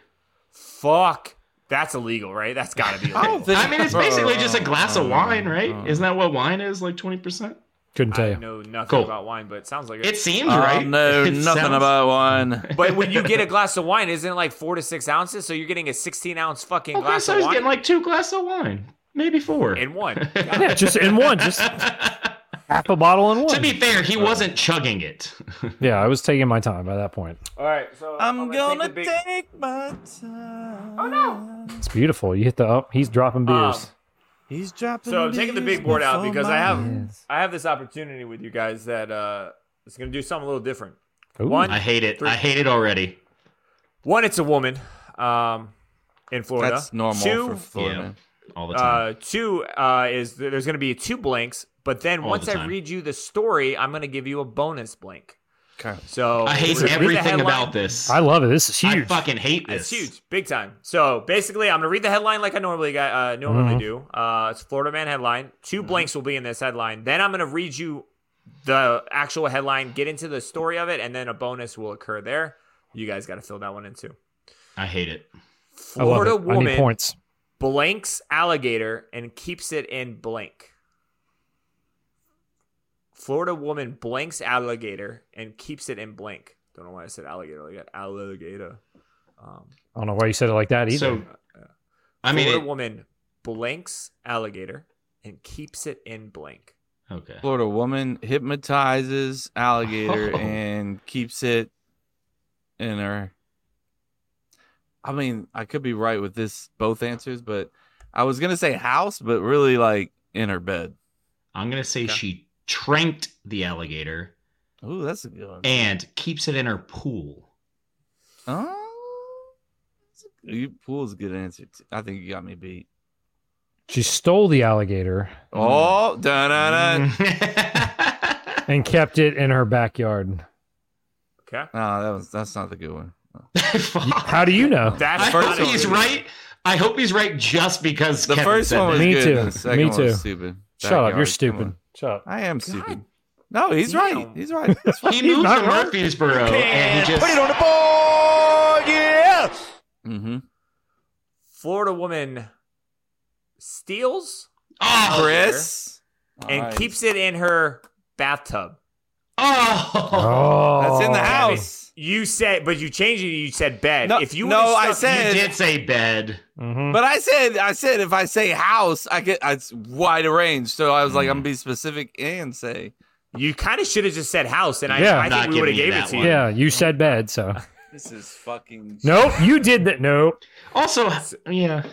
S1: fuck. That's illegal, right? That's got to be
S2: I
S1: illegal.
S2: don't think-
S4: I mean, it's basically just a glass
S1: Oh,
S4: of wine, right?
S2: Uh,
S4: Isn't that what wine is? Like twenty percent.
S3: Couldn't tell
S1: I
S3: you.
S1: know nothing
S4: Cool.
S1: about wine, but it sounds like
S4: It
S1: it.
S4: seems
S2: I
S4: right.
S2: don't know
S4: It
S2: nothing
S4: sounds-
S2: about wine.
S1: But when you get a glass of wine, isn't it like four to six ounces? So you're getting a 16 ounce fucking
S4: Well,
S1: glass
S4: Chris, I
S1: of
S4: was
S1: wine
S4: getting like two glasses of wine, maybe four.
S1: in one.
S3: Yeah, just in one, just half a bottle in one.
S4: to be fair,
S1: Uh,
S4: he wasn't chugging it.
S3: yeah, I was taking my time by that point.
S1: All right, so
S2: I'm gonna
S1: the big-
S2: take my time. Oh
S1: no.
S3: It's beautiful. You hit the up. he's dropping beers.
S1: Um,
S2: He's dropping.
S1: So I'm taking the big board out because I have
S3: Yes.
S1: I have this opportunity with you guys that uh it's gonna do something a little different.
S3: Ooh.
S1: One,
S4: I hate it. I hate it already.
S1: one, it's a woman, um, in Florida.
S2: That's normal
S1: Two,
S2: for Florida.
S4: All the time.
S1: uh, two uh, is th- there's gonna be two blanks, but then
S4: All
S1: once
S4: the
S1: I
S4: time.
S1: read you the story, I'm gonna give you a bonus blank.
S2: Okay.
S1: So
S4: I hate
S1: we're gonna read the
S4: everything
S1: headline.
S4: about this.
S3: I love it. This is
S4: I
S3: huge.
S4: fucking hate this.
S1: It's huge, big time. So basically, I'm gonna read the headline like I normally got, uh,
S3: Mm-hmm.
S1: normally do. Uh, it's Florida Man headline. 2 blanks will be in this headline. Then I'm gonna read you the actual headline, get into the story of it, and then a bonus will occur there. You guys got to fill that one in too.
S4: I hate it.
S3: I love
S1: Florida
S3: it. I need
S1: woman
S3: points.
S1: blanks alligator and keeps it in blank. Florida woman blanks alligator and keeps it in blank. Don't know why I said alligator like that. Alligator. Um,
S3: I don't know why you said it like that either.
S4: So, I mean,
S1: Florida
S4: it-
S1: woman blanks alligator and keeps it in blank.
S4: okay.
S2: Florida woman hypnotizes alligator
S4: Oh.
S2: and keeps it in her. I mean, I could be right with this both answers, but I was gonna say house, but really like in her bed.
S4: I'm gonna say
S1: Okay.
S4: she tranked the alligator
S2: Ooh, that's a good one.
S4: and keeps it in her pool.
S2: Oh, that's a- you pool's a good answer. Too. I think you got me beat.
S3: she stole the alligator
S4: Mm.
S2: Oh, da da da.
S3: and kept it in her backyard.
S1: Okay.
S2: No, that was that's not the good one.
S4: Fuck.
S3: How do you know?
S1: That's
S4: I
S1: not
S4: hope he's
S1: it.
S4: right. I hope he's right just because
S2: The
S4: Kevin
S2: first
S4: said
S2: one was
S4: that.
S3: Me
S2: good.
S3: too.
S2: The second
S3: Me
S2: one was
S3: too.
S2: stupid.
S3: Shut up. You're
S2: Backyard, come
S3: stupid.
S2: on.
S3: Shut up.
S2: I am stupid. No, he's right.
S1: damn.
S2: He's right. That's fine.
S4: He moved
S3: not
S4: to
S3: wrong.
S4: Murfreesboro and he just
S6: Put it on the board, yeah.
S2: mm-hmm.
S1: Florida woman steals
S4: oh,
S2: Chris
S1: and
S2: All right.
S1: keeps it in her bathtub.
S4: oh.
S3: Oh,
S2: That's in the house.
S1: You said, but you changed it. You said bed.
S2: No,
S1: if you
S2: no,
S1: would've
S2: I
S1: stuck-
S2: said-
S4: You did say bed.
S3: Mhm.
S2: But I said, I said, if I say house, I get it's wide range. So I was like, I'm gonna be specific and say
S1: you, kind of should have just said house, and I,
S3: Yeah.
S1: I
S4: Not
S1: think we would have
S4: giving you
S1: gave it
S4: that
S1: to
S4: one.
S1: you.
S3: Yeah, you said bed. So
S2: this is fucking.
S3: nope, you did that. Nope.
S4: Also, yeah.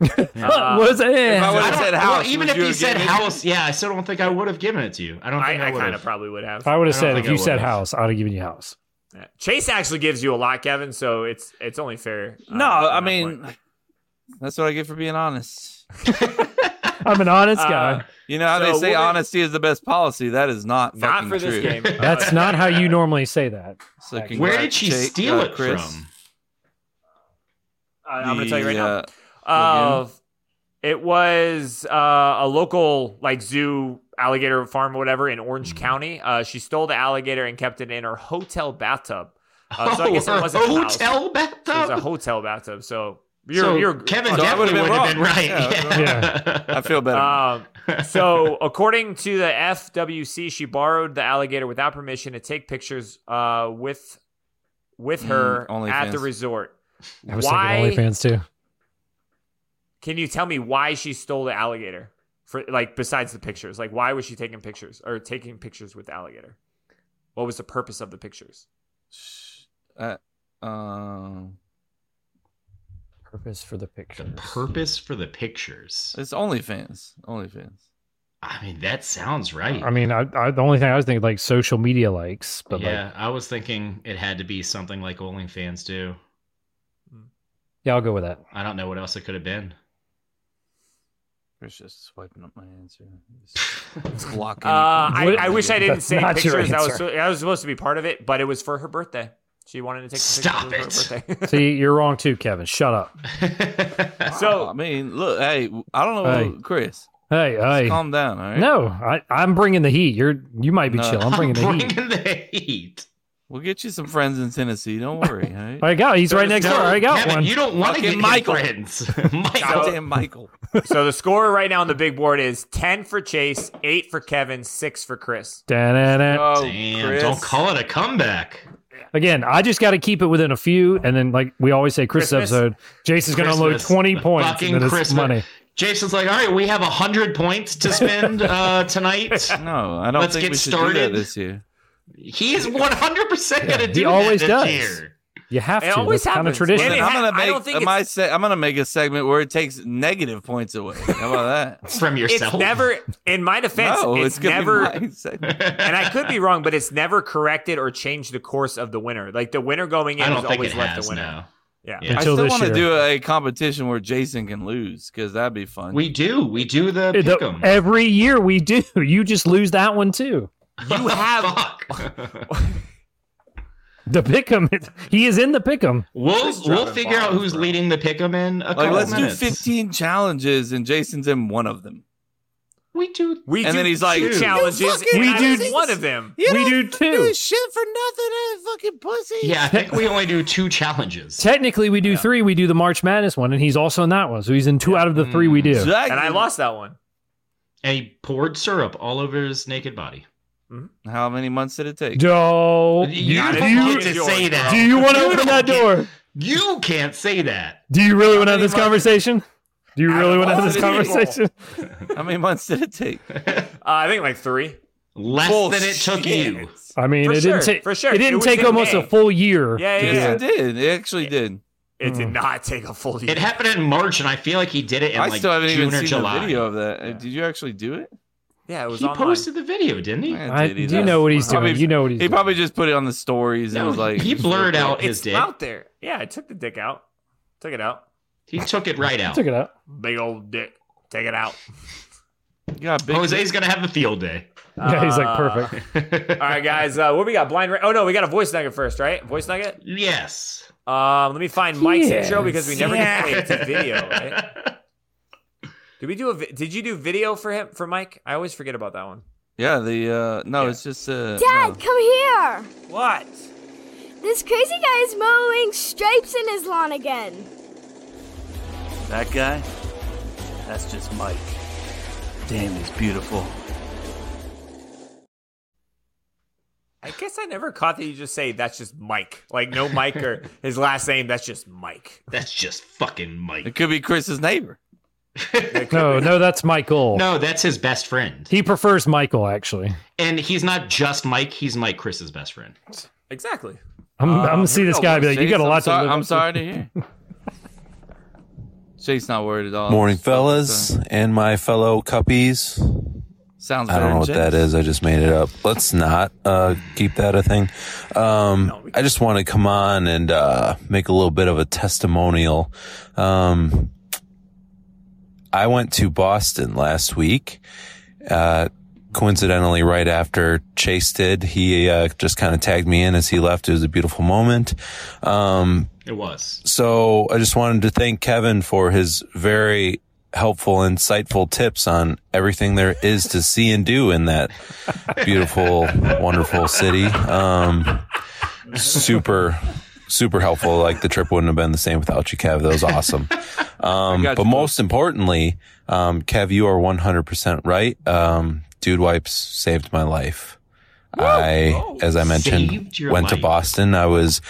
S1: Uh,
S3: was
S2: If I would
S3: it?
S2: have said
S4: Well,
S2: house,
S4: even
S2: would
S4: if
S2: you
S4: he
S2: have
S4: said
S2: given it?
S4: house, yeah, I still don't think I would have given it to you. I don't think
S1: I,
S4: I,
S1: I
S4: would
S1: kind of
S4: have.
S1: probably would have.
S3: If I would have
S4: I don't
S3: said
S4: think
S3: if
S4: I
S3: you said
S4: would've.
S3: house, I'd have given you house.
S1: Yeah. Chase actually gives you a lot, Kevin. So it's it's only fair. uh,
S2: No,
S1: on
S2: I
S1: that
S2: mean,
S1: point.
S2: that's what I get for being honest.
S3: I'm an honest
S1: Uh,
S3: guy.
S2: You know how
S1: So
S2: they say
S1: we're-
S2: honesty is the best policy. That is not
S1: not
S2: fucking
S1: for this
S2: true.
S1: game.
S3: That's not how you normally say that.
S2: So
S3: Where
S2: congrats,
S4: Where did she
S2: Jake,
S4: steal
S2: uh,
S4: it
S2: Chris.
S4: from?
S1: I, I'm going to
S2: The,
S1: tell you right now.
S2: uh,
S1: Uh, it was uh, a local like zoo alligator farm or whatever in Orange County. Uh, she stole the alligator and kept it in her hotel bathtub. Uh, so I guess it
S4: Or
S1: wasn't a house.
S4: Oh, hotel
S1: It was
S4: bathtub.
S1: a hotel bathtub. So you're,
S4: so
S1: you're
S4: Kevin
S2: So I
S4: definitely would
S2: would've been
S4: have been,
S2: wrong.
S4: right.
S2: Yeah, I feel better.
S1: Um, so, according to the FWC, she borrowed the alligator without permission to take pictures uh, with with her
S2: Mm, OnlyFans.
S1: at the resort.
S3: I was
S1: Why-
S3: thinking OnlyFans too.
S1: Can you tell me why she stole the alligator? For like, besides the pictures, like why was she taking pictures or taking pictures with the alligator? What was the purpose of the pictures?
S2: Uh, um,
S3: Purpose for the picture.
S4: Purpose for the pictures.
S2: it's OnlyFans. OnlyFans.
S4: I mean, that sounds right.
S3: I mean, I, I the only thing I was thinking like social media likes, but
S4: yeah,
S3: like
S4: I was thinking it had to be something like OnlyFans do.
S3: yeah, I'll go with that.
S4: I don't know what else it could have been.
S2: Chris just swiping up my answer. Just blocking.
S1: Uh, I,
S3: What-
S1: I wish I didn't
S3: That's
S1: say
S3: not your
S1: pictures. That was
S3: answer.
S1: that was supposed to be part of it, but it was for her birthday. She wanted to take
S4: Stop
S1: pictures of her birthday.
S3: See, you're wrong too, Kevin. Shut up.
S1: so-
S2: I mean, look, hey, I don't know,
S3: Hey.
S2: Chris.
S3: Hey,
S2: Just
S3: hey.
S2: calm down, all right?
S3: No, I, I'm bringing the heat. You're you might be
S2: No.
S3: chill. I'm bringing the heat.
S4: Bringing the heat.
S2: We'll get you some friends in Tennessee. Don't worry, all right?
S3: I got. He's right next door. I got
S4: Kevin,
S3: one.
S4: You don't want to
S2: Fucking
S4: get
S2: Michael.
S4: Michael. friends. Michael.
S2: Goddamn Michael.
S1: So the score right now on the big board is 10 for Chase, 8 for Kevin, 6 for Chris.
S3: Da-na-na.
S2: Oh,
S4: Damn, don't call it a comeback.
S3: Again, I just got to keep it within a few, and then like we always say, Chris
S1: Christmas.
S3: episode, Jason's going to unload
S4: Christmas.
S3: twenty points. and
S4: Fucking
S3: then it's
S4: Christmas.
S3: money.
S4: Jason's like, all right, we have a hundred points to spend uh, tonight.
S2: No, I don't
S4: Let's
S2: think
S4: get
S2: we should do that
S4: started.
S2: this year.
S4: He's one hundred percent gonna do
S3: he
S4: that
S3: always
S4: this
S3: does.
S4: year.
S3: You have
S1: It
S3: to.
S1: always
S3: That's kind of
S1: happens.
S3: tradition.
S1: And it
S2: I'm
S1: ha-
S2: gonna
S1: I
S2: make
S1: don't think
S2: my
S1: it's-
S2: se- I'm gonna make a segment where it takes negative points away. How about that?
S4: from
S1: It's
S4: yourself.
S1: never, in my defense,
S2: no,
S1: it's,
S2: gonna
S1: never,
S2: Be my segment.
S1: and I could be wrong, but it's never corrected or changed the course of the winner. Like the winner going in
S4: I
S1: has
S4: don't think
S1: always
S4: it
S1: left
S4: has
S1: the winner.
S4: now.
S1: Yeah.
S4: Yeah.
S2: I
S3: Until
S2: still
S3: this
S2: want to
S3: year.
S2: do a competition where Jason can lose because that'd be fun.
S4: We do. We do the
S3: It- the-
S4: pick 'em.
S3: every year we do. You just lose that one too.
S1: You have
S4: Fuck.
S3: The pick'em. He is in the pick'em.
S4: we'll we'll
S2: dropping
S4: figure out
S2: bombs,
S4: who's
S2: bro.
S4: leading the pick 'em in a
S2: like
S4: couple
S2: let's
S4: minutes.
S2: do 15 challenges and Jason's in one of them.
S4: We do.
S1: we
S2: And
S1: do
S2: then he's like,
S1: two
S2: "You
S1: challenges.
S2: fucking
S1: We do
S2: assholes."
S1: one of them.
S3: we do two.
S2: shit for nothing, eh, fucking pussy.
S4: Yeah, I think we only do two challenges.
S3: Technically, we do three. We do the March Madness one, and he's also in that one. So he's in two out of the three we do.
S2: Mm.
S1: And I lost that one.
S4: And he poured syrup all over his naked body.
S2: How many months did it take?
S3: Do,
S4: You
S1: Not
S4: don't
S1: you-
S4: get to
S1: yours,
S4: say
S1: bro.
S4: that.
S3: do you want to
S4: You
S3: open
S4: don't
S3: that
S4: get-
S3: door?
S4: You can't say that.
S3: Do you really want to have
S1: many
S3: this
S1: months-
S3: conversation? Do you really want to have this
S2: all the people.
S3: conversation?
S2: How many months did it take?
S1: Uh, I think like three.
S4: Less than it took
S2: Bullshit.
S4: you.
S3: I mean,
S1: For
S3: it
S1: sure,
S3: didn't take
S1: for sure.
S3: It
S1: It
S3: didn't
S1: was
S3: take
S1: in
S3: almost
S1: May.
S3: a full year.
S1: Yeah, yeah,
S2: Yes,
S1: yeah.
S2: it did. It actually did.
S1: It did not take a full year.
S4: It happened in March, and I feel like he did it in
S2: I
S4: like
S2: still haven't
S4: June
S2: even
S4: or
S2: seen
S4: July.
S2: the video of that. Uh, Did you actually do it?
S1: yeah, it was
S4: he
S1: online.
S4: posted the video, didn't he?
S2: Yeah,
S3: I,
S2: did he
S3: you
S2: though?
S3: know what he's
S2: Probably-
S3: doing. You know what he's
S2: He
S3: doing.
S2: probably just put it on the stories and
S4: No,
S2: was like,
S4: he blurred out his
S1: It's
S4: dick.
S1: out there. Yeah, I took the dick out. Took it out.
S4: He took it right out.
S3: took it out.
S1: Big old dick. Take it out.
S2: You got big.
S4: Jose's gonna have a field day.
S3: Yeah, he's like
S1: Uh,
S3: perfect.
S1: All right, guys. Uh, what we got? Blind. Ra- oh no, we got a voice nugget first, right? Voice nugget.
S4: yes.
S1: Um, let me find Mike's
S3: Yes.
S1: intro because we never
S3: Yeah.
S1: get to play it to video. Right? Did we do a? Vi- did you do video for him for Mike? I always forget about that one.
S2: Yeah, the uh no, it's just uh
S8: Dad, come here!
S1: What?
S8: This crazy guy is mowing stripes in his lawn again.
S9: That guy? That's just Mike. Damn, he's beautiful.
S1: I guess I never caught that you just say that's just Mike. Like no Mike or his last name. That's just Mike.
S4: That's just fucking
S2: no. It
S4: Mike.
S2: could be Chris's neighbor.
S3: No, no, that's Michael.
S4: No, that's his best friend.
S3: He prefers Michael actually.
S4: And he's not just Mike, he's Mike Chris's best friend.
S1: Exactly.
S3: I'm, I'm gonna see this
S2: Oh,
S3: guy. and Be like, you
S2: Chase,
S3: got a
S2: I'm
S3: lot
S2: sorry,
S3: to. live
S2: I'm
S3: up
S2: sorry to hear. Shake's not worried at all.
S10: Morning,
S2: Just fucking
S10: fellas,
S2: son.
S10: and my fellow cuppies.
S2: Sounds.
S10: I don't know what that is. I just made it up. Let's not uh, keep that a thing. Um, I just want to come on and uh, make a little bit of a testimonial. Um, I went to Boston last week. Uh, coincidentally, right after Chase did, he uh, just kind of tagged me in as he left. It was a beautiful moment. Um,
S4: It was.
S10: so I just wanted to thank Kevin for his very helpful, insightful tips on everything there is to see and do in that beautiful, wonderful city. Um, super, super helpful. Like the trip wouldn't have been the same without you, Kev. That was awesome. Um,
S2: got
S10: but
S2: you.
S10: most importantly, um, Kev, you are 100% right. Um, Dude Wipes saved my life. I, as I mentioned,
S4: Oh, Saved your
S10: went to
S4: life.
S10: Boston. I was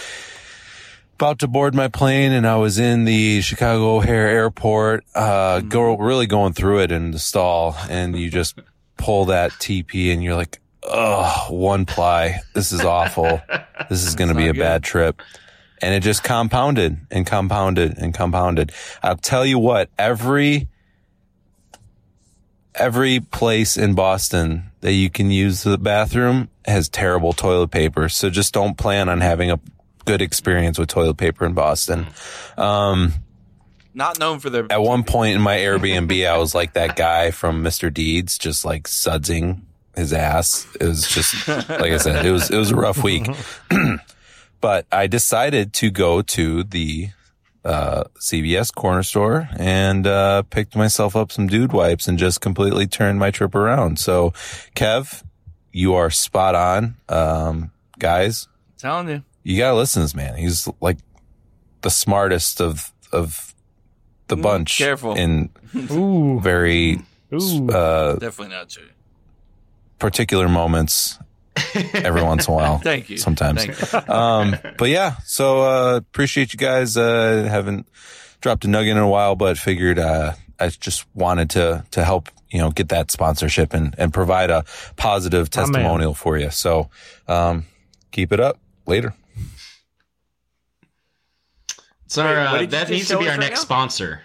S10: about to board my plane and I was in the Chicago O'Hare airport, uh,
S4: Mm.
S10: go really going through it in the stall and you just pull that TP and you're like, oh, one ply. This is awful. this is going to be a
S2: not
S10: bad trip. And it just compounded and compounded and compounded. I'll tell you what, every, every place in Boston that you can use the bathroom has terrible toilet paper. So just don't plan on having a good experience with toilet paper in Boston. Um,
S2: Not known for their
S10: at one point in my Airbnb, I was like that guy from Mr. Deeds, just like sudsing his ass. It was just, like I said, it was, it was a rough week, but I decided to go to the, uh, CVS corner store and, uh, picked myself up some dude wipes and just completely turned my trip around. So Kev, you are spot on. Um, guys,
S2: telling you.
S10: you gotta listen to this man. He's like the smartest of, of, the bunch
S2: careful.
S10: in
S3: Ooh,
S10: very
S3: ooh.
S10: uh,
S2: Definitely not true.
S10: particular moments every once in a while.
S2: Thank you.
S10: Sometimes.
S2: Thank you.
S10: Um, but yeah, so uh, appreciate you guys. Uh, haven't dropped a nugget in a while, but figured uh, I just wanted to to help you know get that sponsorship and and provide a positive
S3: My man.
S10: testimonial for you. So um, keep it up. Later.
S4: So uh,
S1: what did you
S4: that
S1: just
S4: needs to
S1: show
S4: be
S1: us
S4: our
S1: right
S4: next
S1: now?
S4: sponsor.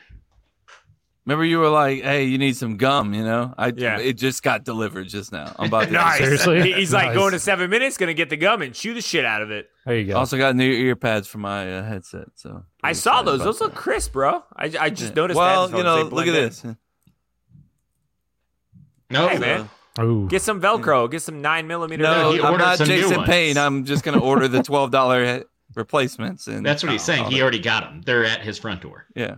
S2: Remember, you were like, "Hey, you need some gum," you know? I
S1: Yeah.
S2: it just got delivered just now. I'm about to
S1: Nice.
S3: Seriously?
S1: He- He's like
S3: Nice.
S1: going to seven minutes, gonna get the gum and chew the shit out of it.
S3: there you go.
S2: Also got new ear pads for my uh, headset. So
S1: I saw those. Those look crisp, bro. I, I just noticed. the
S2: Well,
S1: headphones,
S2: you
S1: they
S2: know, look
S1: blend
S2: at
S1: in.
S2: this.
S4: No,
S1: Hey, man.
S3: Ooh.
S1: Get some Velcro. Get some nine millimeter.
S2: Mm. No,
S4: he
S2: I'm
S4: ordered
S2: not
S4: some new
S2: Jason
S4: ones.
S2: Payne. I'm just gonna order the twelve dollar he- replacements, and
S4: that's what he's
S2: I'll-
S4: saying.
S2: I'll-
S4: He already got them. They're at his front door.
S2: yeah.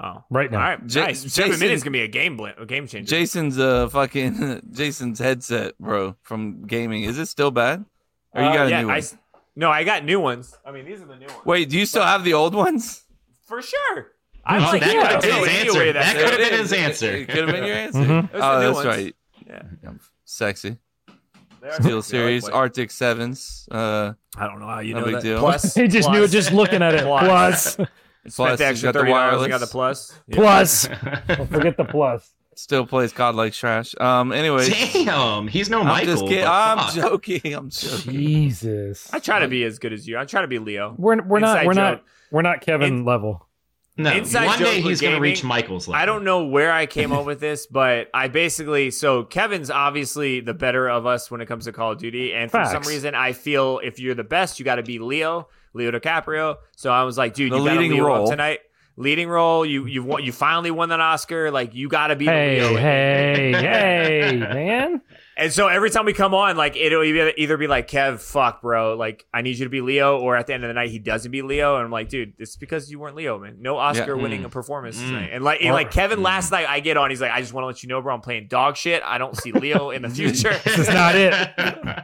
S1: Oh,
S3: Right now.
S1: All right,
S2: Ja-
S1: nice. Seven
S2: Jason-
S1: minutes gonna be a game bl- a game changer.
S2: Jason's uh fucking Jason's headset, bro, from gaming. Is it still bad? Or you
S1: Uh,
S2: got a
S1: yeah,
S2: new
S1: I
S2: one?
S1: s- no, I got new ones. I mean, these are the new ones
S2: Wait, do you still have the old ones?
S1: for sure.
S4: Oh,
S1: I was like, yeah,
S4: that could've
S1: I'll
S4: been
S1: tell
S4: his
S1: you
S4: answer.
S1: anyway
S4: That
S1: that's
S4: could've
S1: what it
S4: been
S1: is.
S4: his answer.
S2: It could have been your answer.
S3: Mhm.
S1: Those
S2: Oh,
S1: are the new
S2: that's
S1: ones.
S2: right.
S1: Yeah.
S2: I'm sexy.
S1: They are
S2: Steel
S1: nice. I like
S2: Series,
S1: white.
S2: Arctic Sevens. Uh,
S1: I don't know how you
S2: No
S1: know
S2: big
S1: that.
S2: deal.
S1: Plus,
S3: he just
S1: plus,
S3: knew it just looking at it.
S1: Plus.
S3: Plus,
S2: plus
S1: spent the
S2: he's
S1: extra
S2: got the
S1: thirty dollars. I got the
S2: wireless.
S1: plus. Yeah.
S3: plus. Don't forget the plus.
S2: Still plays God like trash. Um. Anyway,
S4: Damn, he's no
S2: I'm
S4: Michael.
S2: just kidding.
S4: but
S2: I'm
S4: fuck.
S2: joking. I'm joking.
S3: Jesus.
S1: I
S2: Um,
S1: try to be as good as you. I try to be Leo.
S3: We're we're not
S1: Inside
S3: we're
S1: joke.
S3: not we're not Kevin
S1: In-
S3: level.
S4: No,
S1: Inside
S4: one day
S1: joke with
S4: he's going to
S1: gaming,
S4: reach Michael's level.
S1: I don't know where I came up with this, but I basically so Kevin's obviously the better of us when it comes to Call of Duty, and for some
S3: Facts.
S1: reason I feel if you're the best, you got to be Leo, Leo DiCaprio. So I was like, dude,
S2: The
S1: you got to
S2: leading
S1: Leo up
S2: role.
S1: tonight. Leading role, you you won, you finally won an Oscar. Like you got to be the
S3: Hey
S1: Leo.
S3: hey hey man.
S1: And so every time we come on, like it'll either either be like Kev, fuck, bro, like I need you to be Leo, or at the end of the night he doesn't be Leo, and I'm like, dude, it's because you weren't Leo, man. No Oscar winning
S4: Mm.
S1: a performance
S4: Mm.
S1: tonight. And like, and
S3: Or-
S1: like Kevin last night, I get on, he's like, I just want to let you know, bro, I'm playing dog shit. I don't see Leo in the future.
S3: This is not it.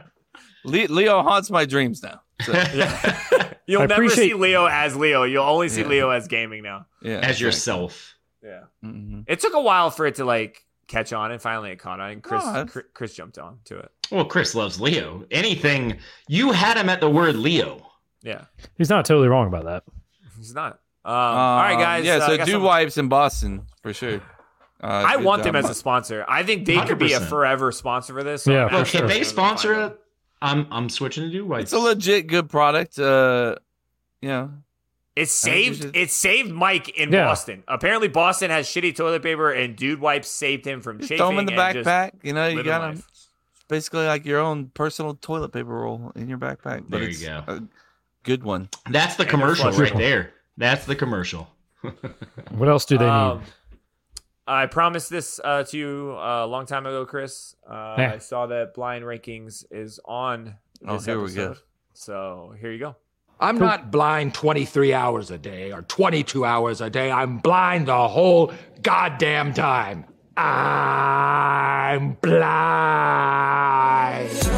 S2: Le- Leo haunts my dreams now. So,
S1: You'll
S3: I
S1: never see
S3: appreciate-
S1: Leo as Leo. You'll only see
S2: Yeah.
S1: Leo as gaming now.
S2: yeah.
S4: As yourself.
S1: Yeah.
S2: Mhm.
S1: It took a while for it to like catch on, and finally it caught on. And Chris
S2: No, that's-
S1: Chris- Chris jumped on to it.
S4: Well, Chris loves Leo. Anything you had him at the word Leo.
S1: Yeah,
S3: He's not totally wrong about that.
S1: he's not. Um, all right,
S2: Um,
S1: guys.
S2: Yeah.
S1: uh, I
S2: So
S1: got
S2: do
S1: some-
S2: wipes in Boston for sure. Uh,
S1: I
S2: good
S1: want
S2: job,
S1: them as a
S2: Boston.
S1: sponsor. I think they could be a
S4: 100%.
S1: forever sponsor for this.
S3: Yeah,
S1: I'm
S3: for
S4: Look,
S1: actually
S3: sure.
S4: if they
S1: gonna
S4: sponsor
S1: find
S4: it, I'm I'm switching to do white.
S2: It's a legit good product. Uh, you know,
S1: it saved
S2: I think you
S1: it saved Mike in
S3: Yeah.
S1: Boston. Apparently, Boston has shitty toilet paper, and dude wipes saved him from
S2: just
S1: chafing.
S2: throw them in the
S1: and just-
S2: backpack. You know, you
S1: living
S2: got them.
S1: life.
S2: Basically, like your own personal toilet paper roll in your backpack. But
S4: There you
S2: it's
S4: go.
S2: A good one.
S4: That's the
S1: And
S4: commercial
S1: it's flush.
S4: right there. That's the commercial.
S3: What else do they
S1: Um,
S3: need?
S1: I promised this uh, to you uh, a long time ago, Chris. Uh,
S3: Yeah.
S1: I saw that Blind Rankings is on.
S2: Oh,
S1: This
S2: here we
S1: episode.
S2: go.
S1: So here you go.
S11: I'm not blind 23 hours a day or 22 hours a day. I'm blind the whole goddamn time. I'm blind.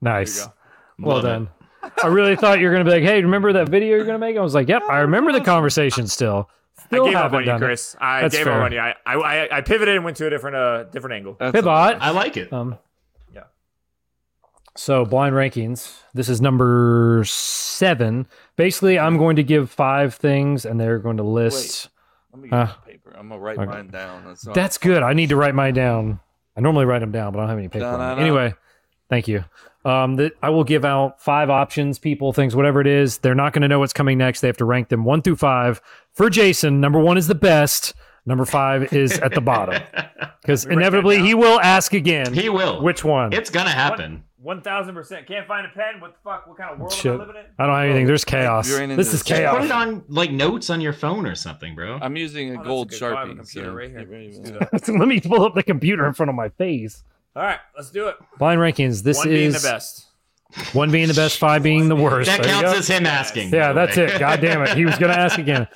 S3: Nice. Well done. I really thought you were going to be like, hey, remember that video you're going to make? I was like, yep, I remember the conversation still. Still
S1: I gave up
S3: haven't
S1: on you,
S3: done it.
S1: Chris. I
S3: That's
S1: gave
S3: fair.
S1: up on you. I, I I- I pivoted and went to a different uh different angle.
S3: Pivot.
S4: I like it.
S3: Um,
S1: Yeah.
S3: So blind rankings. This is number seven. Basically, I'm going to give five things, and they're going to list.
S2: Let me get
S3: Huh?
S2: the paper. I'm gonna write
S3: Uh, Okay.
S2: mine down. That's, not-
S3: That's good. I need to write mine down. I normally write them down, but I don't have any paper.
S2: Da,
S3: on
S2: da,
S3: me.
S2: da.
S3: Anyway, thank you. Um, that I will give out five options, people, things, whatever it is. They're not going to know what's coming next. They have to rank them one through five. For Jason, number one is the best. Number five is at the bottom because inevitably he will ask again.
S4: He will.
S3: Which one?
S4: It's gonna happen.
S1: One thousand percent. Can't find a pen. What the fuck? What kind of world
S3: Shit.
S1: am I living in?
S3: I don't have anything. There's chaos.
S2: You're in
S3: This
S2: into
S3: is
S2: the shit.
S4: Put
S3: chaos.
S4: it on like notes on your phone or something, bro.
S2: I'm using a
S1: Oh,
S2: gold
S1: that's a good vibe,
S2: sharpie.
S1: computer
S2: so-
S1: right here. Let's do that.
S3: Let me pull up the computer in front of my face.
S1: All right, let's do it.
S3: Blind rankings. This
S1: One
S3: is
S1: being the best.
S3: one being the best, five being the worst.
S4: that
S3: There you
S4: counts
S3: go.
S4: as him asking.
S3: Yeah,
S4: by the
S3: that's
S4: way.
S3: it. God damn it. He was going to ask again.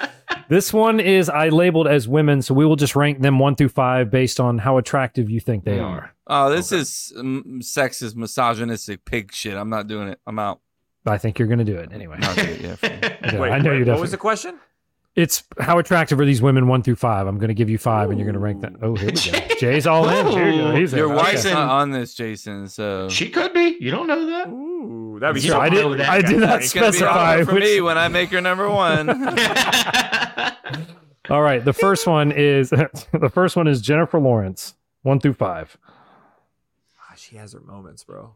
S3: This one is I labeled as women, so we will just rank them one through five based on how attractive you think
S4: Hmm. Mm.
S3: they are.
S2: Oh, this is um, sexist, misogynistic pig shit. I'm not doing it. I'm out.
S3: I think you're going to do it anyway.
S2: Not doing it yet.
S3: Okay, I know you
S1: What was
S3: definitely.
S1: the question?
S3: It's how attractive are these women one through five? I'm going to give you five, and you're going to rank them. Oh, here we go. Jay's all in. Here you go. He's in.
S2: Your
S3: Okay.
S2: wife's not on this, Jason. So
S4: She could be. You don't know that.
S1: Ooh, that'd be
S4: You
S1: so
S3: I
S4: don't know
S3: did.
S4: that
S3: I
S4: guy.
S3: did not
S2: it's gonna be
S3: specify.
S2: awkward for
S3: which-
S2: me when I make her number one.
S3: All right. The first one is the first one is Jennifer Lawrence, one through five.
S1: Ah, she has her moments, bro.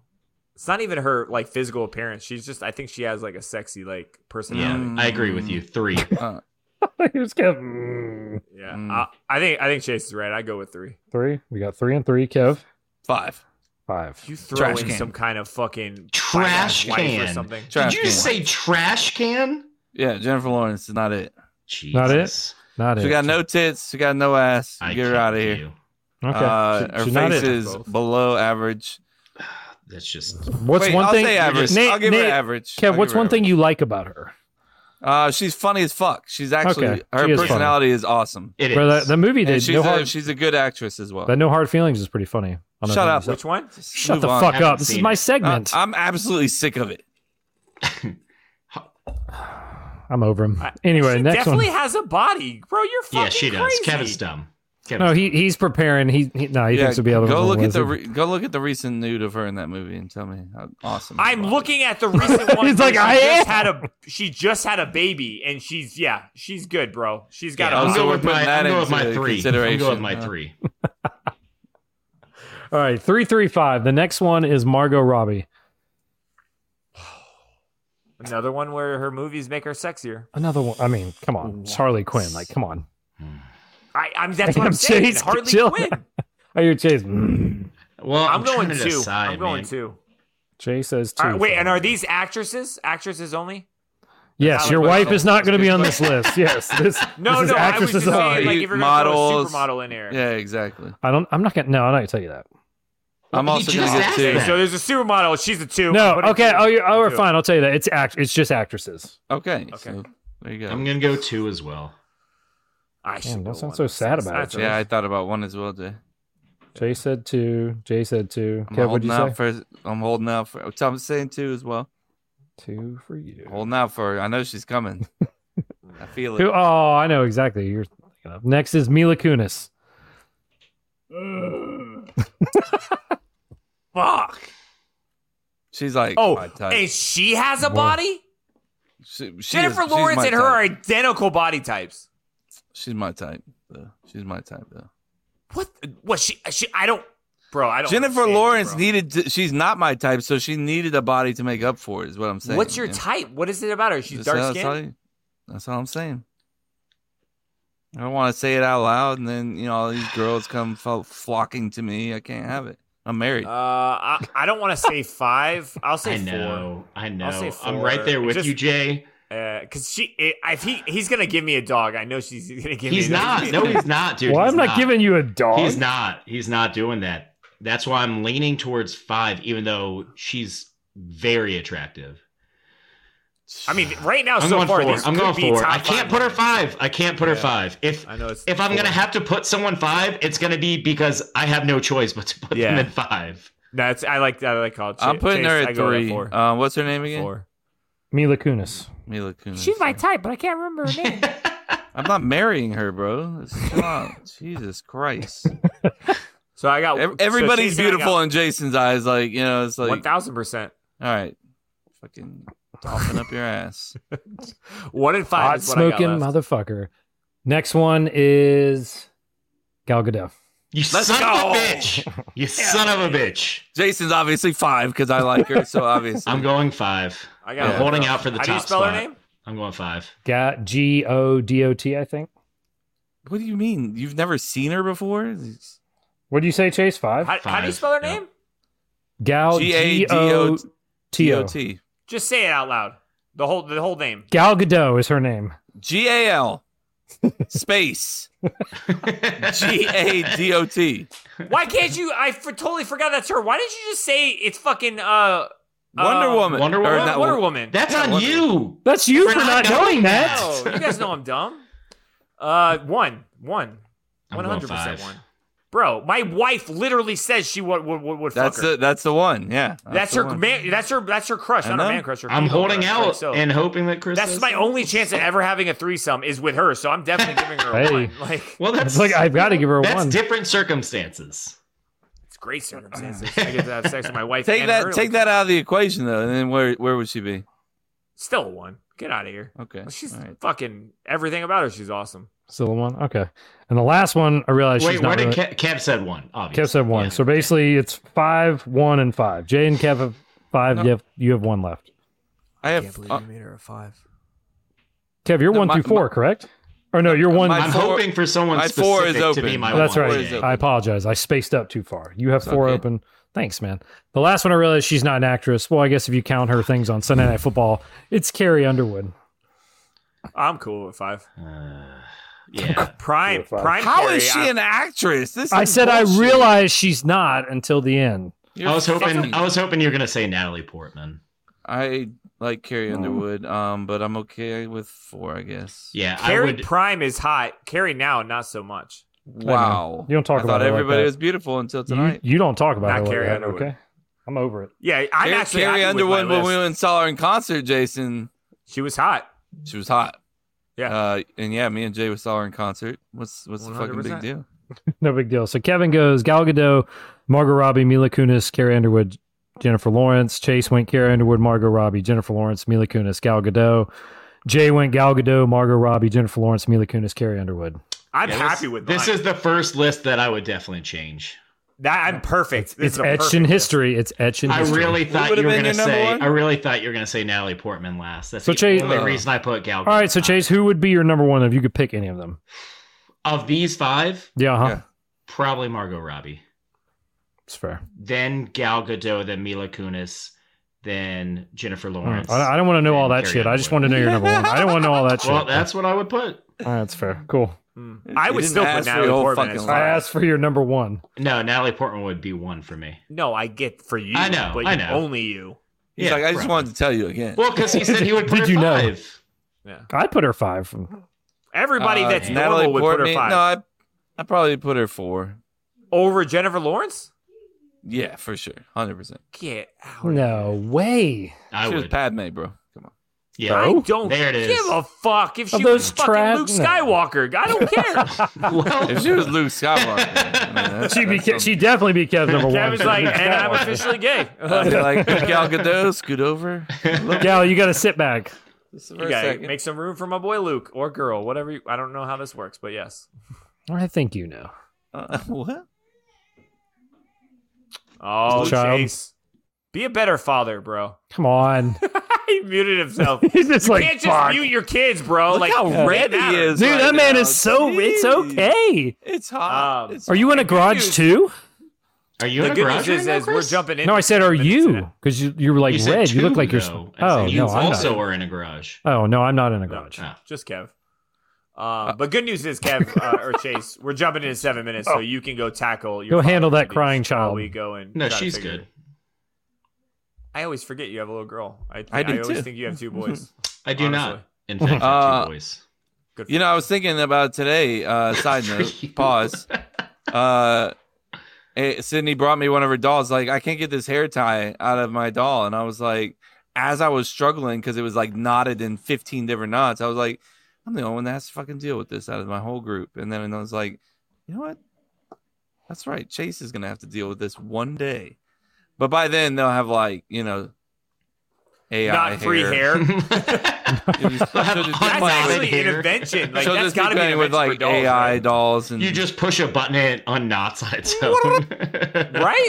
S1: It's not even her like physical appearance. She's just I think she has like a sexy like personality.
S4: yeah, I agree with you. Three.
S2: Uh,
S3: He was Kev. Mm,
S1: Yeah.
S2: Mm.
S1: I, I think I think Chase is right. I go with three.
S3: Three. We got three and three. Kev
S2: five.
S3: five.
S1: You throw
S2: Trash
S1: in
S2: can.
S1: some kind of fucking
S4: Trash
S1: wife or
S4: can.
S1: something.
S2: Trash
S4: Did you just
S2: can.
S4: say trash can?
S2: Yeah, Jennifer Lawrence is not it.
S4: Jesus.
S3: Not it? Not
S2: She
S3: it.
S2: got no tits. She got no ass.
S4: I
S2: Get her
S4: can't
S2: out of
S4: do
S2: here.
S4: you.
S3: Okay.
S2: Uh,
S3: She-
S2: her
S3: she's not
S2: face
S3: it.
S2: is below average.
S4: That's just
S3: What's
S2: Wait,
S3: one
S2: I'll
S3: thing?
S2: say average.
S3: Nate-
S2: I'll give
S3: Nate-
S2: her average.
S3: Kev,
S2: I'll
S3: what's
S2: give her
S3: one thing
S2: average.
S3: you like about her?
S2: Uh, she's funny as fuck. She's actually
S3: Okay,
S2: her
S3: she is funny.
S2: personality is awesome.
S4: it is.
S3: Bro, that, that movie
S2: And
S3: did
S2: she's,
S3: no
S2: a,
S3: hard.
S2: she's a good actress as well.
S3: that no hard feelings is pretty funny. on that
S2: Shut
S3: movie.
S2: up.
S1: Which one?
S2: Just
S3: Shut
S2: move
S3: the
S2: on.
S3: fuck up.
S4: Haven't
S3: This is
S4: seen
S3: my
S4: it.
S2: I,
S3: segment.
S2: I'm absolutely sick of it.
S3: I'm over him. Anyway,
S1: she
S3: next
S1: definitely
S3: one.
S1: has a body, bro. You're fucking
S4: yeah, she does.
S1: crazy.
S4: Kevin's dumb. Kevin's
S3: No, he he's preparing. He, he no, he thinks he'll be able to
S2: go look at the
S3: read.
S2: re- go look at the recent nude of her in that movie and tell me how awesome.
S1: I'm looking at the recent one.
S3: He's
S1: where
S3: like,
S1: she
S3: "I am."
S1: just had a she just had a baby, and she's yeah, she's good, bro. She's got
S4: Yeah,
S1: a
S4: I'm
S2: Oh, so
S1: body.
S4: going
S2: we're
S4: with my,
S2: putting that
S4: I'm going with
S2: into
S4: my three. I'm
S2: consideration.
S4: going with my
S2: Uh,
S4: three.
S3: All right, three three five. The next one is Margot Robbie.
S1: Another one where her movies make her sexier.
S3: Another one. I mean, come on, it's Harley Quinn. Like, come on.
S1: I, I'm that's what I'm
S3: Damn,
S1: saying.
S3: Chase,
S1: Hardly
S3: chill.
S1: Quinn.
S3: Oh, you're Chase. Mm.
S4: Well,
S1: I'm,
S4: I'm,
S1: going
S4: trying to
S1: two.
S4: decide,
S1: I'm going
S4: man.
S1: two.
S3: Jay says two.
S1: All right, wait, and are these actresses? Actresses only?
S3: Yes,
S1: Alec
S3: your
S2: Baldwin.
S3: wife is not going to be on this list. Yes, this.
S1: No,
S3: this
S1: no.
S3: is
S1: I was
S3: actresses
S1: just
S2: only.
S1: saying, like, if you're gonna throw a
S2: Models.
S1: supermodel in there.
S2: Yeah, exactly.
S3: I don't. I'm not gonna. No, I'm not gonna tell you that.
S2: I'm
S4: Well,
S2: also
S4: he
S2: gonna
S4: just
S2: get
S4: asked
S2: two.
S4: that.
S1: So there's a supermodel. She's a two.
S3: No.
S1: Put her
S3: Okay.
S1: two.
S3: Oh, you're. Oh, we're
S1: Two.
S3: fine. I'll tell you that. It's act. It's just actresses.
S2: Okay.
S1: Okay.
S2: So there you go.
S4: I'm gonna go two as well.
S1: I should
S3: Damn, don't
S1: Ah, go
S3: sound
S1: one
S3: so
S1: of
S3: sad
S1: six.
S3: about it,
S1: That's
S3: Jay.
S2: yeah, I thought about one as well, Jay.
S3: Jay said two. Jay said 2
S2: I'm
S3: Kev, what'd
S2: holding
S3: you
S2: out
S3: say?
S2: for. I'm holding out for. So I'm saying two as well.
S3: two for you.
S2: Holding out for. her. I know she's coming. I feel it.
S3: Who? Oh, I know exactly. who You're thinking of. Next is Mila Kunis.
S1: Fuck.
S2: She's like. my
S1: Oh,
S2: type.
S1: and she has a
S3: Whoa.
S1: body.
S2: She- she
S1: Jennifer
S2: is- she's
S1: Lawrence
S2: my
S1: and her
S2: type.
S1: are identical body types.
S2: She's my type. Though. She's my type though.
S1: What? What? She? She? I don't. Bro, I don't.
S2: Jennifer
S1: understand,
S2: Lawrence
S1: bro.
S2: needed. To, she's not my type, so she needed a body to make up for it. Is what I'm saying.
S1: What's your
S2: Yeah.
S1: type? What is it about her? She's
S2: That's all-
S1: dark
S2: that's all
S1: skinned.
S2: you- That's all I'm saying. I don't want to say it out loud, and then you know all these girls come fo- flocking to me. I can't have it. I'm married.
S1: Uh, I, I don't want to say five. I'll say
S4: I
S1: four.
S4: know. I know.
S1: say
S4: I'm
S1: four.
S4: right there with
S1: Just-
S4: you, Jay.
S1: because Uh, she, if he, he's gonna give me a dog. I know she's gonna give
S4: He's
S1: me. a
S4: not.
S1: dog.
S4: No, he's not, dude.
S3: well,
S4: He's
S3: I'm not, giving you a dog.
S4: He's not. He's not doing that. That's why I'm leaning towards five, even though she's very attractive.
S1: I mean, right now,
S4: I'm
S1: so
S4: going
S1: far,
S4: four.
S1: this
S4: I'm
S1: could
S4: going
S1: be
S4: four.
S1: top
S4: I can't
S1: five.
S4: put her five. I can't put her five. If
S1: I know it's
S4: if I'm
S1: four.
S4: gonna have to put someone five, it's gonna be because I have no choice but to put
S1: Yeah.
S4: them in five.
S1: That's I like I like college.
S2: I'm putting her
S1: Chase,
S2: at
S1: I go
S2: three.
S1: four.
S2: Uh, what's her name again?
S3: Mila Kunis.
S2: Mila Kunis.
S12: She's my type, but I can't remember her name.
S2: I'm not marrying her, bro. It's- come on. Jesus Christ.
S1: Oh, So I got
S2: Everybody's
S1: so Chase and I
S2: beautiful
S1: got-
S2: in Jason's eyes. Like you know, it's like
S1: One thousand percent.
S2: All right, fucking topping up your ass.
S1: One in five.
S3: Hot
S1: is what I got
S3: smoking
S1: left.
S3: motherfucker. Next one is Gal Gadot.
S4: You son of a bitch. You son of a bitch.
S2: Jason's obviously five because I like her. So obviously,
S4: I'm going five. I
S1: got
S4: am
S1: it.
S4: holding out for the
S1: How
S4: top
S1: do you spell her
S4: spot.
S1: name?
S4: I'm going five.
S3: Ga- G O D O T, I think.
S2: What do you mean? You've never seen her before?
S3: What do you say, Chase? Five?
S1: How, how do you spell her name?
S3: Gal
S2: G
S3: G
S2: A
S3: A
S2: D O
S3: T O.
S2: T.
S1: Just say it out loud. The whole the whole name.
S3: Gal Gadot is her name.
S2: G A L space G A D O T.
S1: Why can't you? I f- totally forgot that's her. Why didn't you just say it's fucking uh,
S2: Wonder
S1: uh,
S2: Woman.
S1: Wonder
S2: Or
S1: Woman.
S2: not
S1: Wonder
S2: Wo-
S1: Woman.
S4: That's on you.
S3: That's you for not knowing that.
S1: No, you guys know I'm dumb. Uh, one, one,
S2: I'm
S1: one
S2: going
S1: hundred percent
S2: five.
S1: one. Bro, my wife literally says she would would, would, would fuck
S2: That's
S1: her.
S2: the that's the one. Yeah,
S1: that's
S2: the
S1: her
S2: one.
S1: man. That's her. That's her crush,
S2: I
S1: not her
S2: know.
S1: man crush. her
S2: I'm
S1: female
S2: holding
S1: crush,
S2: out
S1: right? So-
S4: and hoping that Chris
S1: That's
S4: does
S1: my
S4: that.
S1: only chance at ever having a threesome is with her. So I'm definitely giving her a
S3: Hey.
S1: one. Like,
S4: Well, that's
S3: It's like, I've got to give her a
S4: that's
S3: one.
S4: different circumstances.
S1: it's great circumstances. I get to have sex with my wife.
S2: Take
S1: and
S2: that
S1: her,
S2: take
S1: like,
S2: that out of the equation though, and then where where would she be?
S1: Still a one. Get out of here.
S2: Okay,
S1: she's
S2: all
S1: fucking everything about her. She's awesome.
S3: Still the one? Okay. And the last one, I realized
S4: Wait,
S3: she's not
S4: where
S3: really...
S4: did Kev, Kev said one? Obviously.
S3: Kev said one. so basically, it's five, one, and five. Jay and Kev have five.
S2: No.
S3: You, have, you have one left.
S2: I have. uh,
S1: made her a five.
S3: Kev, you're
S2: No,
S3: one
S2: my-
S3: through four, correct? Or no, you're one.
S4: I'm hoping for someone
S2: my
S4: specific
S2: four is
S4: to be
S2: open.
S4: my
S3: Oh, that's
S4: one.
S2: Four is
S3: right.
S2: open.
S3: I apologize. I spaced up too far. You have
S2: It's
S3: four
S2: okay.
S3: open. Thanks, man. The last one I realized she's not an actress. Well, I guess if you count her things on Sunday Night Football, it's Carrie Underwood.
S1: I'm cool with five.
S4: Uh, yeah.
S1: Prime,
S3: five.
S1: prime.
S2: How is
S1: Carrie,
S2: she an actress? This
S3: I
S2: is
S3: said I
S2: bullshit.
S3: realized she's not until the end.
S2: You're
S4: I was hoping
S2: fucking-
S4: I was hoping you were gonna say Natalie Portman.
S2: I like Carrie Underwood, um, but I'm okay with four, I guess.
S4: Yeah, I
S1: Carrie
S4: would.
S1: Prime is hot. Carrie now, not so much.
S2: Wow.
S3: You don't talk
S2: I
S3: about
S2: thought
S3: it like
S2: everybody
S3: that.
S2: was beautiful until
S3: You,
S2: tonight.
S3: you don't talk about
S1: Not
S3: her like
S1: Carrie
S3: that,
S1: Underwood.
S3: okay? I'm over it.
S1: Yeah, I'm
S2: Carrie,
S1: actually
S2: Carrie
S1: happy with my
S2: Underwood when we
S1: list.
S2: went and saw her in concert, Jason,
S1: She was hot.
S2: she was hot.
S1: Yeah.
S2: Uh, and yeah, me and Jay saw her in concert. What's what's the fucking big
S1: 100%.
S2: deal?
S3: No big deal. So Kevin goes Gal Gadot, Margot Robbie, Mila Kunis, Carrie Underwood, Jennifer Lawrence. Chase went Carrie Underwood, Margot Robbie, Jennifer Lawrence, Mila Kunis, Gal Gadot. Jay went Gal Gadot, Margot Robbie, Jennifer Lawrence, Mila Kunis, Carrie Underwood.
S1: I'm
S4: Yeah, this-
S1: happy with
S4: this.
S1: mine.
S4: Is the first list that I would definitely change.
S1: that. I'm perfect. This
S3: it's
S1: is a
S3: etched in
S1: perfect
S3: history. It's etched in
S4: I
S3: history.
S4: really thought
S2: would've
S4: you were
S2: been
S4: gonna
S2: your number
S4: say.
S2: one?
S4: I really thought you were gonna say Natalie Portman last. That's
S3: So
S4: the
S3: Chase-
S4: only
S2: Uh.
S4: reason I put Gal.
S3: All right, so
S4: Gadot.
S3: Chase, who would be your number one if you could pick any of them?
S4: of these five,
S3: Yeah, huh?
S2: Yeah.
S4: probably Margot Robbie,
S3: It's fair.
S4: then Gal Gadot, then Mila Kunis, then Jennifer
S3: I,
S4: Lawrence.
S3: I don't want to know all
S4: And
S3: that
S4: Carrie
S3: shit. I just want to
S4: Underwood.
S3: know your number one. I don't want to know all that shit.
S4: Well, that's what I would put.
S3: all right, that's fair. Cool.
S1: one. Mm. I
S2: You
S1: would
S2: didn't
S1: still put
S2: ask for
S1: Natalie
S2: your whole
S1: Portman
S2: fucking
S1: as
S3: I
S1: five.
S3: asked for your number one.
S4: No, Natalie Portman would be one for me.
S1: No, I get for you.
S4: I know,
S1: but
S4: I know.
S1: only you.
S2: He's
S4: Yeah,
S2: like, I just
S4: probably.
S2: wanted to tell you again.
S4: Well, because he said he would put
S3: Did
S4: her
S3: you know?
S4: five.
S3: I put her five.
S1: Everybody
S2: Uh,
S1: that's
S2: Natalie
S1: normal would put her
S2: Portman.
S1: five
S2: No, I, I probably put her four.
S1: over Jennifer Lawrence.
S2: Yeah, for sure, hundred percent.
S1: Get out.
S3: No way.
S4: I
S2: She was
S4: would.
S2: Padme, bro. Come on.
S4: Yeah.
S1: I don't
S4: There it is.
S1: give a fuck if
S3: Of
S1: she
S3: those
S1: was fucking
S3: trad-
S1: Luke
S3: no.
S1: Skywalker. I don't care.
S4: well,
S2: If she was Luke Skywalker, I mean, that's-
S3: She'd be,
S2: that's
S3: Ke- she'd definitely be Kev's number one.
S1: Kevin's like, and I'm officially gay.
S2: I'd be like, Gal Gadot, scoot over.
S3: Gal, you got to sit back.
S2: Just for
S1: You
S2: a
S1: gotta
S2: second.
S1: make some room for my boy Luke or girl, whatever. You, I don't know how this works, but yes.
S3: I think you know.
S2: Uh, what?
S1: Oh,
S3: Child.
S1: Chase, be a better father, bro.
S3: Come on.
S1: he muted himself.
S3: He's just
S1: you
S3: like,
S1: can't just
S3: "Fuck."
S1: mute your kids, bro.
S2: Look
S1: like
S2: how
S1: it
S2: red he
S1: matters.
S2: is.
S3: Dude,
S2: right
S3: that man
S2: now.
S3: is so. It's
S2: Jeez.
S3: okay.
S2: It's hot.
S1: Um,
S2: It's
S3: Are you in a
S2: fucking
S3: garage
S2: huge.
S3: too?
S4: are you
S1: The
S4: in a
S1: good
S4: garage
S1: news is,
S4: right now,
S1: is we're
S4: Chris?
S1: jumping in.
S3: No, I said, are you? Because you, you were like
S4: You said
S3: red. You look
S4: two,
S3: like you're.
S4: though. I
S3: Oh,
S4: said
S3: no,
S4: you
S3: I'm
S4: also
S3: not.
S4: are in a garage.
S3: Oh, no, I'm not in a
S1: No,
S3: garage.
S1: just Kev.
S2: Uh,
S1: Um, but good news is, Kev uh, or Chase, we're jumping in seven minutes,
S2: Oh.
S1: so you can go tackle. Your
S3: Go handle
S1: father
S3: that
S1: duties
S3: crying
S1: while
S3: child.
S1: We go and
S4: No,
S1: try to
S4: she's
S1: figure
S4: good.
S1: it- I always forget you have a little girl. I,
S2: I do
S1: always
S2: too.
S1: think you have two boys.
S4: I do not.
S1: Honestly.
S4: In fact,
S2: Uh,
S4: uh, two boys.
S1: Good. For
S2: You know, I was thinking about today. Uh, side
S4: For
S2: note.
S4: you.
S2: Pause. Uh, eh, Sydney brought me one of her dolls. Like, I can't get this hair tie out of my doll. And I was like, as I was struggling, because it was like knotted in 15 different knots, I was like, I'm the only one that has to fucking deal with this out of my whole group. And then I was like, you know what? That's right. Chase is going to have to deal with this one day. But by then, they'll have like, you know, AI.
S1: Not free hair.
S2: just
S1: that's
S2: play
S1: actually
S2: with
S1: an
S2: hair.
S1: invention. Like
S2: So
S1: that's
S2: just
S1: got to be an
S2: playing with,
S1: invention
S2: like,
S1: for dolls,
S2: AI dolls and
S4: You just push a button and it unknots on its own.
S1: right? right?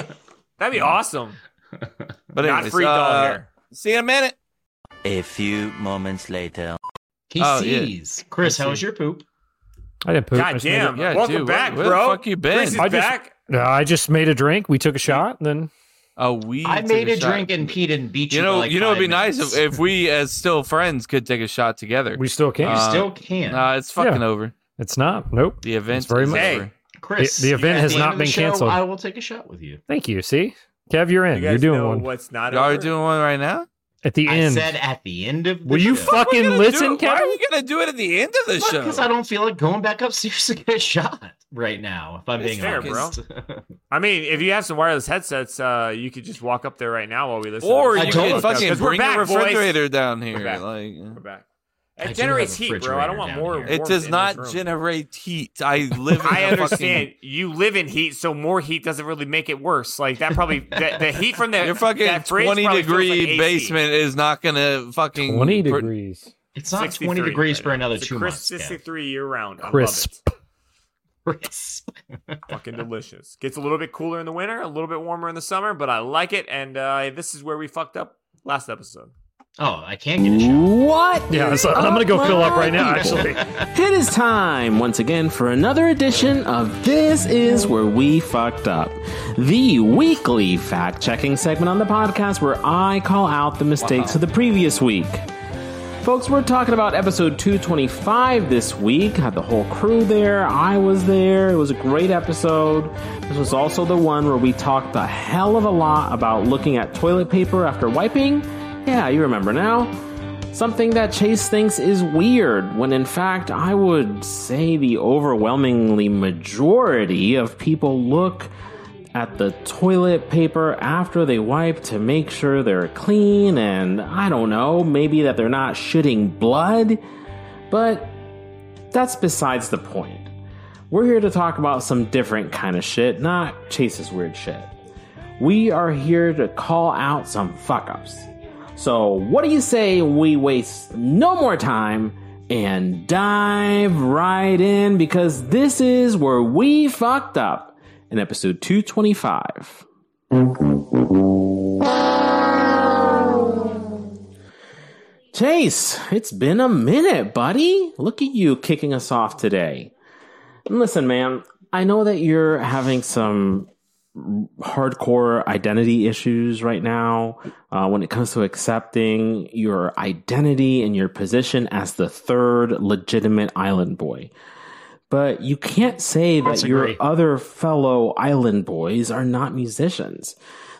S1: That'd be awesome.
S2: But
S1: Not
S2: anyways,
S1: free doll
S2: uh,
S1: hair.
S2: See you in a minute.
S9: A few moments later.
S4: He sees. Chris, how was your poop?
S3: I didn't poop.
S4: God
S3: I just
S4: damn.
S3: made
S1: Yeah, Welcome dude, back, where- where bro. the fuck you been? Chris is
S3: I just,
S1: back.
S3: No, I just made a drink. We took a shot. And then
S2: a we.
S4: I made a drink and Pete and beat you.
S2: You know,
S4: by like
S2: you know, it'd
S4: five
S2: be nice
S4: minutes.
S2: if, if we, as still friends, could take a shot together.
S3: We still can.
S4: You still can.
S2: Nah, it's fucking
S3: Yeah.
S2: over.
S3: It's not. Nope.
S2: The event
S3: very
S2: is
S3: much-
S2: over.
S3: Hey.
S4: Chris,
S3: The- the event
S4: at
S3: has
S4: end
S3: not
S4: of the
S3: been
S4: show,
S3: canceled.
S4: I will take a shot with you.
S3: Thank you. See, Kev, you're in.
S1: You
S3: You are
S1: guys
S3: doing
S1: know
S3: one
S1: what's not
S2: Y'all are
S1: over?
S2: doing one right now.
S3: at the
S4: I
S3: end.
S4: said at the end of the
S3: Will you
S4: show.
S2: We're
S3: fucking
S2: gonna do
S3: listen,
S2: it- Why are
S3: Kevin?
S2: we gonna do it at the end of the show?
S4: Because I don't feel like going back upstairs to get a shot right now. If I'm
S1: It's
S4: being
S1: fair, bro.
S4: honest,
S1: I mean, if you have some wireless headsets, uh, you could just walk up there right now while we listen.
S2: Or
S1: to
S2: you
S1: this.
S2: can fucking
S1: 'Cause we're
S2: bring
S1: back,
S2: a
S1: boys.
S2: refrigerator down
S1: We're
S2: here.
S1: back.
S2: Like
S1: We're back.
S4: I do have
S1: It
S4: a
S1: generates heat, bro. I don't want
S4: refrigerator
S1: more.
S4: down here.
S2: it
S1: warmth
S2: does
S1: in
S2: not
S1: this room.
S2: generate heat. I live. In
S1: I
S2: a
S1: understand you live in heat, so more heat doesn't really make it worse. Like that probably the, the heat from the
S2: Fucking, your fucking
S1: that fridge
S2: twenty
S1: probably feels
S2: degree
S1: like AC.
S2: basement is not gonna fucking
S3: 20
S2: pr-
S3: degrees.
S4: it's not 20
S1: 63
S4: degrees
S1: right
S4: for
S1: now.
S4: another
S1: It's a
S4: two
S1: crisp
S4: months. Kev.
S1: 63 year round. I
S3: Crisp.
S1: love it. Fucking delicious. Gets a little bit cooler in the winter, a little bit warmer in the summer, but I like it. And uh, this is where we fucked up last episode.
S4: Oh, I can't get a shot.
S3: Yeah, so I'm gonna
S4: Oh
S3: go fill up right now. Actually,
S13: It is time once again for another edition of This Is Where We Fucked Up, the weekly fact checking segment on the podcast where I call out the mistakes of the previous week. Folks, we're talking about episode 225 this week. Had the whole crew there. I was there. It was a great episode. This was also the one where we talked a hell of a lot about looking at toilet paper after wiping. Yeah, you remember now. Something that Chase thinks is weird, when in fact, I would say the overwhelmingly majority of people look at the toilet paper after they wipe to make sure they're clean and, I don't know, maybe that they're not shitting blood. But that's besides the point. We're here to talk about some different kind of shit, not Chase's weird shit. We are here to call out some fuck ups. So, what do you say we waste no more time and dive right in because this is where we fucked up in episode 225. Chase, it's been a minute, buddy. Look at you kicking us off today. And listen, man, I know that you're having some hardcore identity issues right now uh, when it comes to accepting your identity and your position as the third legitimate island boy. But you can't say that your
S4: Disagree.
S13: other fellow island boys are not musicians.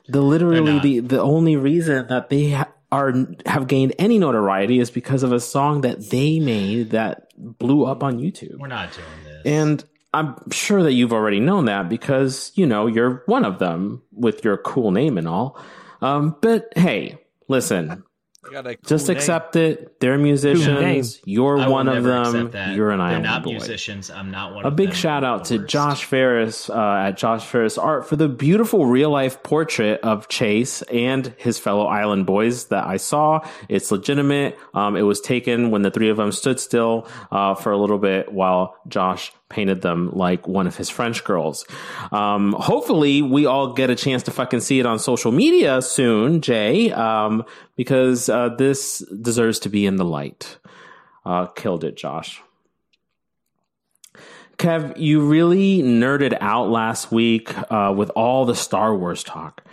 S13: The literally the, the only reason that they ha- are have gained any notoriety is because of a song that they made that blew up on YouTube.
S4: We're not doing this.
S13: And I'm sure that you've already known that because, you know, you're one of them with your cool name and all. Um, but hey, listen,
S2: I got a
S13: just
S2: cool name.
S13: accept it. They're
S3: Cool name.
S13: musicians. You're
S4: I will
S13: one of
S4: never accept
S13: them.
S4: that.
S13: You're an
S4: They're
S13: island
S4: not
S13: boy.
S4: musicians. I'm not one
S13: A
S4: of
S13: big
S4: them.
S13: shout out to Josh Ferris uh, at Josh Ferris Art for the beautiful real life portrait of Chase and his fellow Island Boys that I saw. It's legitimate. Um, it was taken when the three of them stood still uh, for a little bit while Josh painted them like one of his French girls. Um, hopefully, we all get a chance to fucking see it on social media soon, Jay, um, because uh, this deserves to be in the light. Uh, killed it, Josh. Kev, you really nerded out last week uh, with all the Star Wars talk,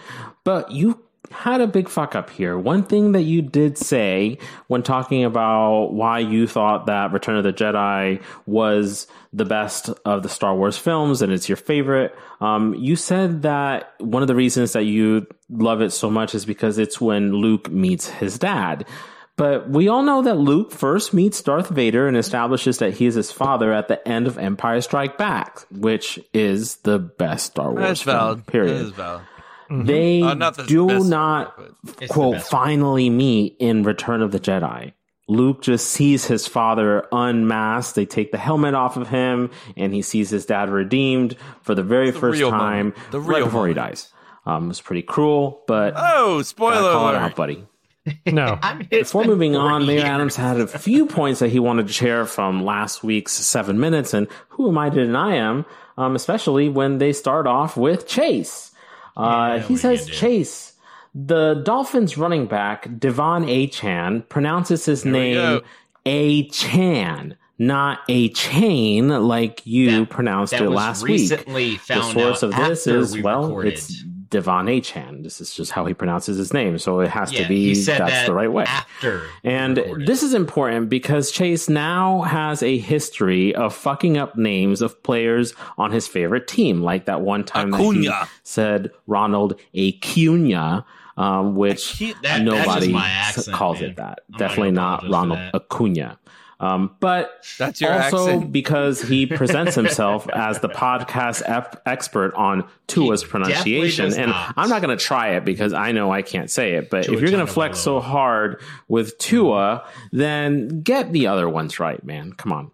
S13: but you had a big fuck up here. One thing that you did say when talking about why you thought that Return of the Jedi was the best of the Star Wars films and it's your favorite, um, you said that one of the reasons that you love it so much is because it's when Luke meets his dad. But we all know that Luke first meets Darth Vader and establishes that he is his father at the end of Empire Strike Back, which is the best Star Wars
S2: That's
S13: film,
S2: valid.
S13: period.
S2: That is valid.
S13: They
S2: Uh, not the
S13: do
S2: best
S13: not
S2: It's the
S13: quote
S2: best
S13: finally meet in Return of the Jedi. Luke just sees his father unmasked. They take the helmet off of him, and he sees his dad redeemed for the very first
S2: real
S13: time
S2: moment. The
S13: right
S2: real
S13: before he dies. Um, it's pretty cruel, but
S2: Oh, spoiler
S13: gotta call it
S2: alert.
S13: out, buddy.
S3: No.
S13: Before moving on, Mayor Adams had a few points that he wanted to share from last week's seven minutes, and who am I to deny him? Um, especially when they start off with Chase. Uh, he says Chase. The Dolphins running back Devon A. Chan pronounces his name A. Chan, not A. Chain like you pronounced
S4: that
S13: it
S4: was
S13: last week
S4: recently
S13: the
S4: found
S13: source
S4: out
S13: of this
S4: after
S13: is
S4: we
S13: well,
S4: recorded.
S13: it's Devon A. Chan. This is just how he pronounces his name, so it has
S4: Yeah,
S13: to be
S4: he said
S13: that's
S4: that
S13: the right way.
S4: after
S13: and this is important because Chase now has a history of fucking up names of players on his favorite team, like that one time that
S2: Acuna.
S13: he said Ronald Acuna. Um, which
S4: Acu- that- that's just
S13: nobody
S4: my
S13: s-
S4: accent,
S13: calls
S4: man.
S13: it that.
S4: I'm not
S13: Definitely
S4: gonna
S13: not
S4: apologize for
S13: Ronald Acuna. Um, but
S2: That's your
S13: also
S2: accent.
S13: because he presents himself as the podcast ep- expert on Tua's pronunciation,
S4: does
S13: and
S4: not.
S13: I'm not going to try it because I know I can't say it. But
S4: Tua
S13: if you're going to flex so hard with Tua, then get the other ones right, man. Come on.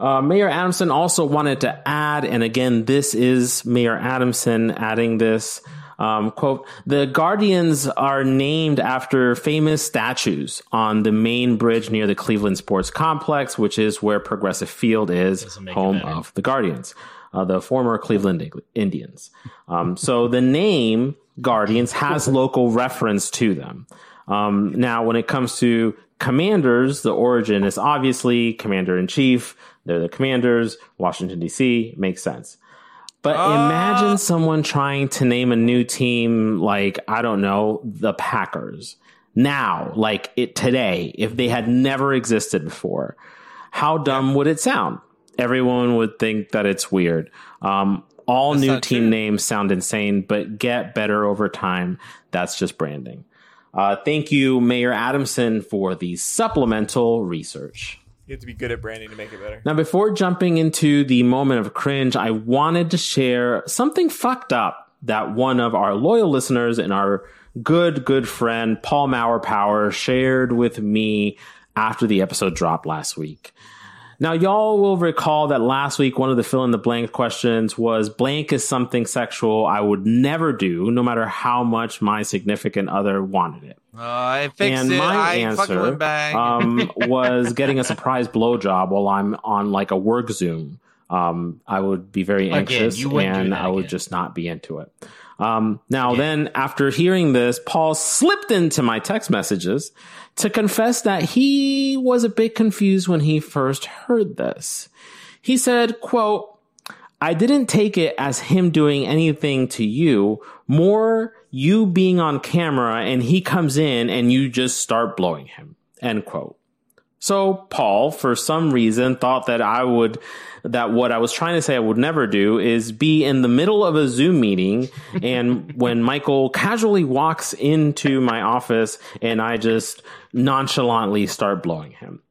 S13: Uh, Mayor Adamson also wanted to add, and again, this is Mayor Adamson adding this um, quote The Guardians are named after famous statues on the main bridge near the Cleveland Sports Complex, which is where Progressive Field is, home of the Guardians, uh, the former Cleveland Ing- Indians. Um, so the name Guardians has local reference to them. Um, now, when it comes to commanders, the origin is obviously commander in chief. They're the commanders, Washington, D.C. Makes sense. But imagine someone trying to name a new team, like, I don't know, the Packers. Now, like it today, if they had never existed before, how dumb would it sound? Everyone would think that it's weird. Um, all new team names sound insane, but get better over time. That's just branding. Uh, thank you, Mayor Adamson, for the supplemental research.
S1: You have to be good at branding to make it better.
S13: Now, before jumping into the moment of cringe, I wanted to share something fucked up that one of our loyal listeners and our good, good friend, Paul Mauer Power, shared with me after the episode dropped last week. Now, y'all will recall that last week, one of the fill in the blank questions was blank is something sexual I would never do, no matter how much my significant other wanted it
S2: Uh, I fixed
S13: and
S2: it.
S13: my
S2: I fucking
S13: answer
S2: went back.
S13: um, was getting a surprise blowjob while I'm on like a work Zoom. Um, I would be very
S4: Again,
S13: anxious
S4: you wouldn't do
S13: and
S4: that
S13: I would just not be into it. Um, now, then, after hearing this, Paul slipped into my text messages to confess that he was a bit confused when he first heard this. He said, quote, I didn't take it as him doing anything to you, more you being on camera and he comes in and you just start blowing him. End quote. So Paul, for some reason, thought that I would, that what I was trying to say I would never do is be in the middle of a Zoom meeting. and when Michael casually walks into my office and I just nonchalantly start blowing him.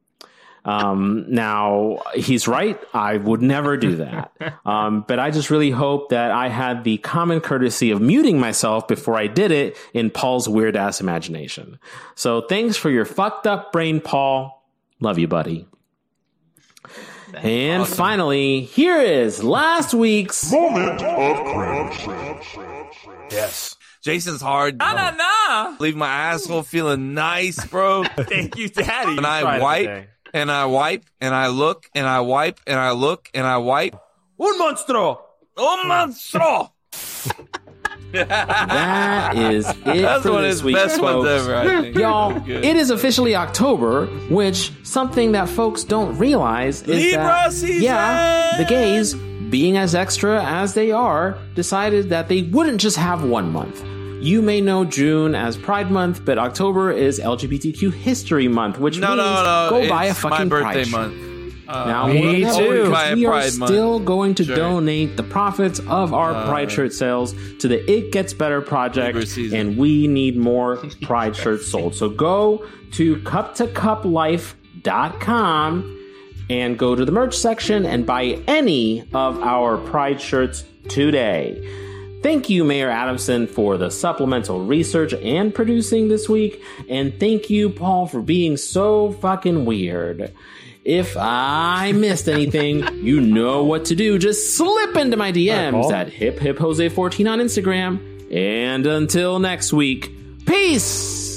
S13: Um, now he's right. I would never do that. Um, but I just really hope that I had the common courtesy of muting myself before I did it in Paul's weird ass imagination. So thanks for your fucked up brain, Paul. Love you, buddy. and finally, here is last week's moment of
S2: Yes. Jason's hard. Nah, nah, nah. Leave my asshole feeling nice, bro.
S1: Thank you, Daddy.
S2: and
S1: Tried
S2: I
S1: it
S2: wipe
S1: today.
S2: and I wipe and I look and I wipe and I look and I wipe. Oh, Un monstro. Un monstro.
S13: that is it
S2: That's
S13: for
S2: one of
S13: this
S2: his
S13: week,
S2: best ones
S13: folks.
S2: ever, I think.
S13: Y'all,
S2: Good.
S13: it is officially October, which something that folks don't realize is
S2: Libra
S13: that
S2: season!
S13: yeah, the gays, being as extra as they are, decided that they wouldn't just have one month. You may know June as Pride Month, but October is LGBTQ History Month, which
S2: No,
S13: means
S2: no, no.
S13: go buy a
S2: it's
S13: fucking
S2: my birthday
S13: Pride shirt.
S2: month.
S13: now,
S2: me
S13: we're-
S2: Uh, too. Buy a
S13: we are
S2: Pride month
S13: still going to
S2: shirt.
S13: donate the profits of our
S2: Uh,
S13: Pride shirt sales to the It Gets Better project, and we need more Pride shirts sold. So go to cuptocuplife.com and go to the merch section and buy any of our Pride shirts today. Thank you, Mayor Adamson, for the supplemental research and producing this week. And thank you, Paul, for being so fucking weird. If I missed anything, you know what to do. Just slip into my DMs
S3: Paul.
S13: at hip hip jose 14 on Instagram. And until next week, peace.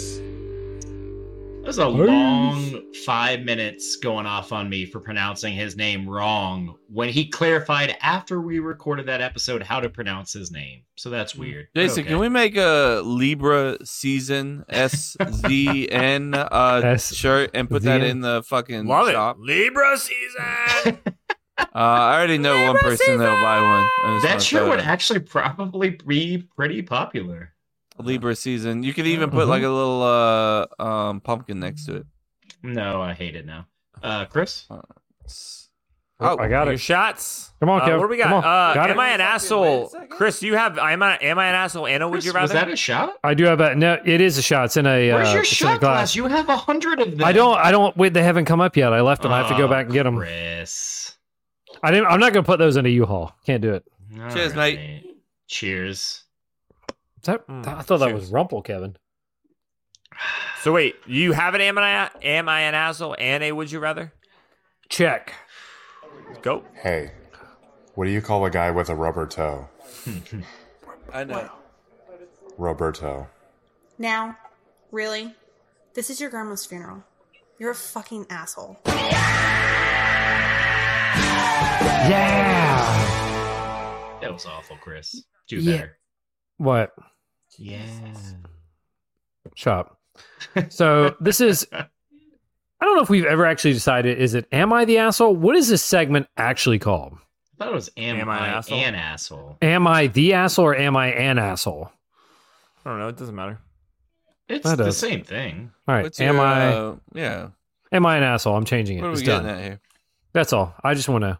S4: That was a long five minutes going off on me for pronouncing his name wrong when he clarified after we recorded that episode how to pronounce his name. So that's weird. but
S2: Jason,
S4: okay.
S2: can we make a Libra season S Z N uh,
S1: S-
S2: shirt and put that
S1: ZN?
S2: in the fucking
S1: Love it.
S2: shop?
S1: Libra season.
S2: Uh, I already know one person that'll buy one. I just wanna
S4: That shirt
S2: throw
S4: would
S2: it out.
S4: actually probably be pretty popular.
S2: Libra season. You could even
S3: Mm-hmm.
S2: put like a little uh, um, pumpkin next to it.
S4: No, I hate it now. Uh, Chris?
S2: Oh,
S3: I got
S1: Your
S3: it.
S1: shots.
S3: Come on,
S1: Uh,
S3: Kev.
S1: what do we
S3: Come
S1: got?
S3: on.
S1: Uh,
S3: Got
S1: am
S3: it.
S1: I an asshole? Chris, do you have am I am I an asshole? Anna, would
S4: Chris,
S1: you rather?
S4: was that a shot?
S3: I do have a no. It is a shot. It's in a.
S4: Where's
S3: uh,
S4: your
S3: it's in a glass.
S4: shot glass? You have a hundred of them.
S3: I don't. I don't. Wait, they haven't come up yet. I left them. I have to go
S4: Oh,
S3: back and get them.
S4: Chris.
S3: I didn't. I'm not going to put those in a U-Haul. Can't do it.
S2: Cheers,
S4: mate. Cheers.
S3: Is that-
S2: Hmm,
S3: I thought that was Rumple, Kevin.
S1: So wait, you have an am I am I an asshole and a would you rather?
S3: Check.
S1: Go.
S14: Hey, what do you call a guy with a rubber toe?
S2: I know.
S14: Rubber toe.
S15: Now, really? This is your grandma's funeral. You're a fucking asshole.
S4: Yeah. That was awful, Chris. Do
S3: Yeah.
S4: better.
S3: What?
S4: Yeah.
S3: shop. So this is I don't know if we've ever actually decided is it am I the asshole? What is this segment actually called?
S4: I thought it was am,
S1: Am I
S4: I
S1: an asshole?
S4: an asshole?
S3: Am I the asshole or am I an asshole?
S1: I don't know, it doesn't matter.
S4: It's
S3: That
S4: the
S3: does.
S4: same thing.
S3: All right.
S2: What's
S3: am
S2: your,
S3: I
S2: uh, yeah.
S3: am I an asshole? I'm changing it.
S2: What are
S3: it's
S2: we
S3: done.
S2: getting at here?
S3: That's all. I just want to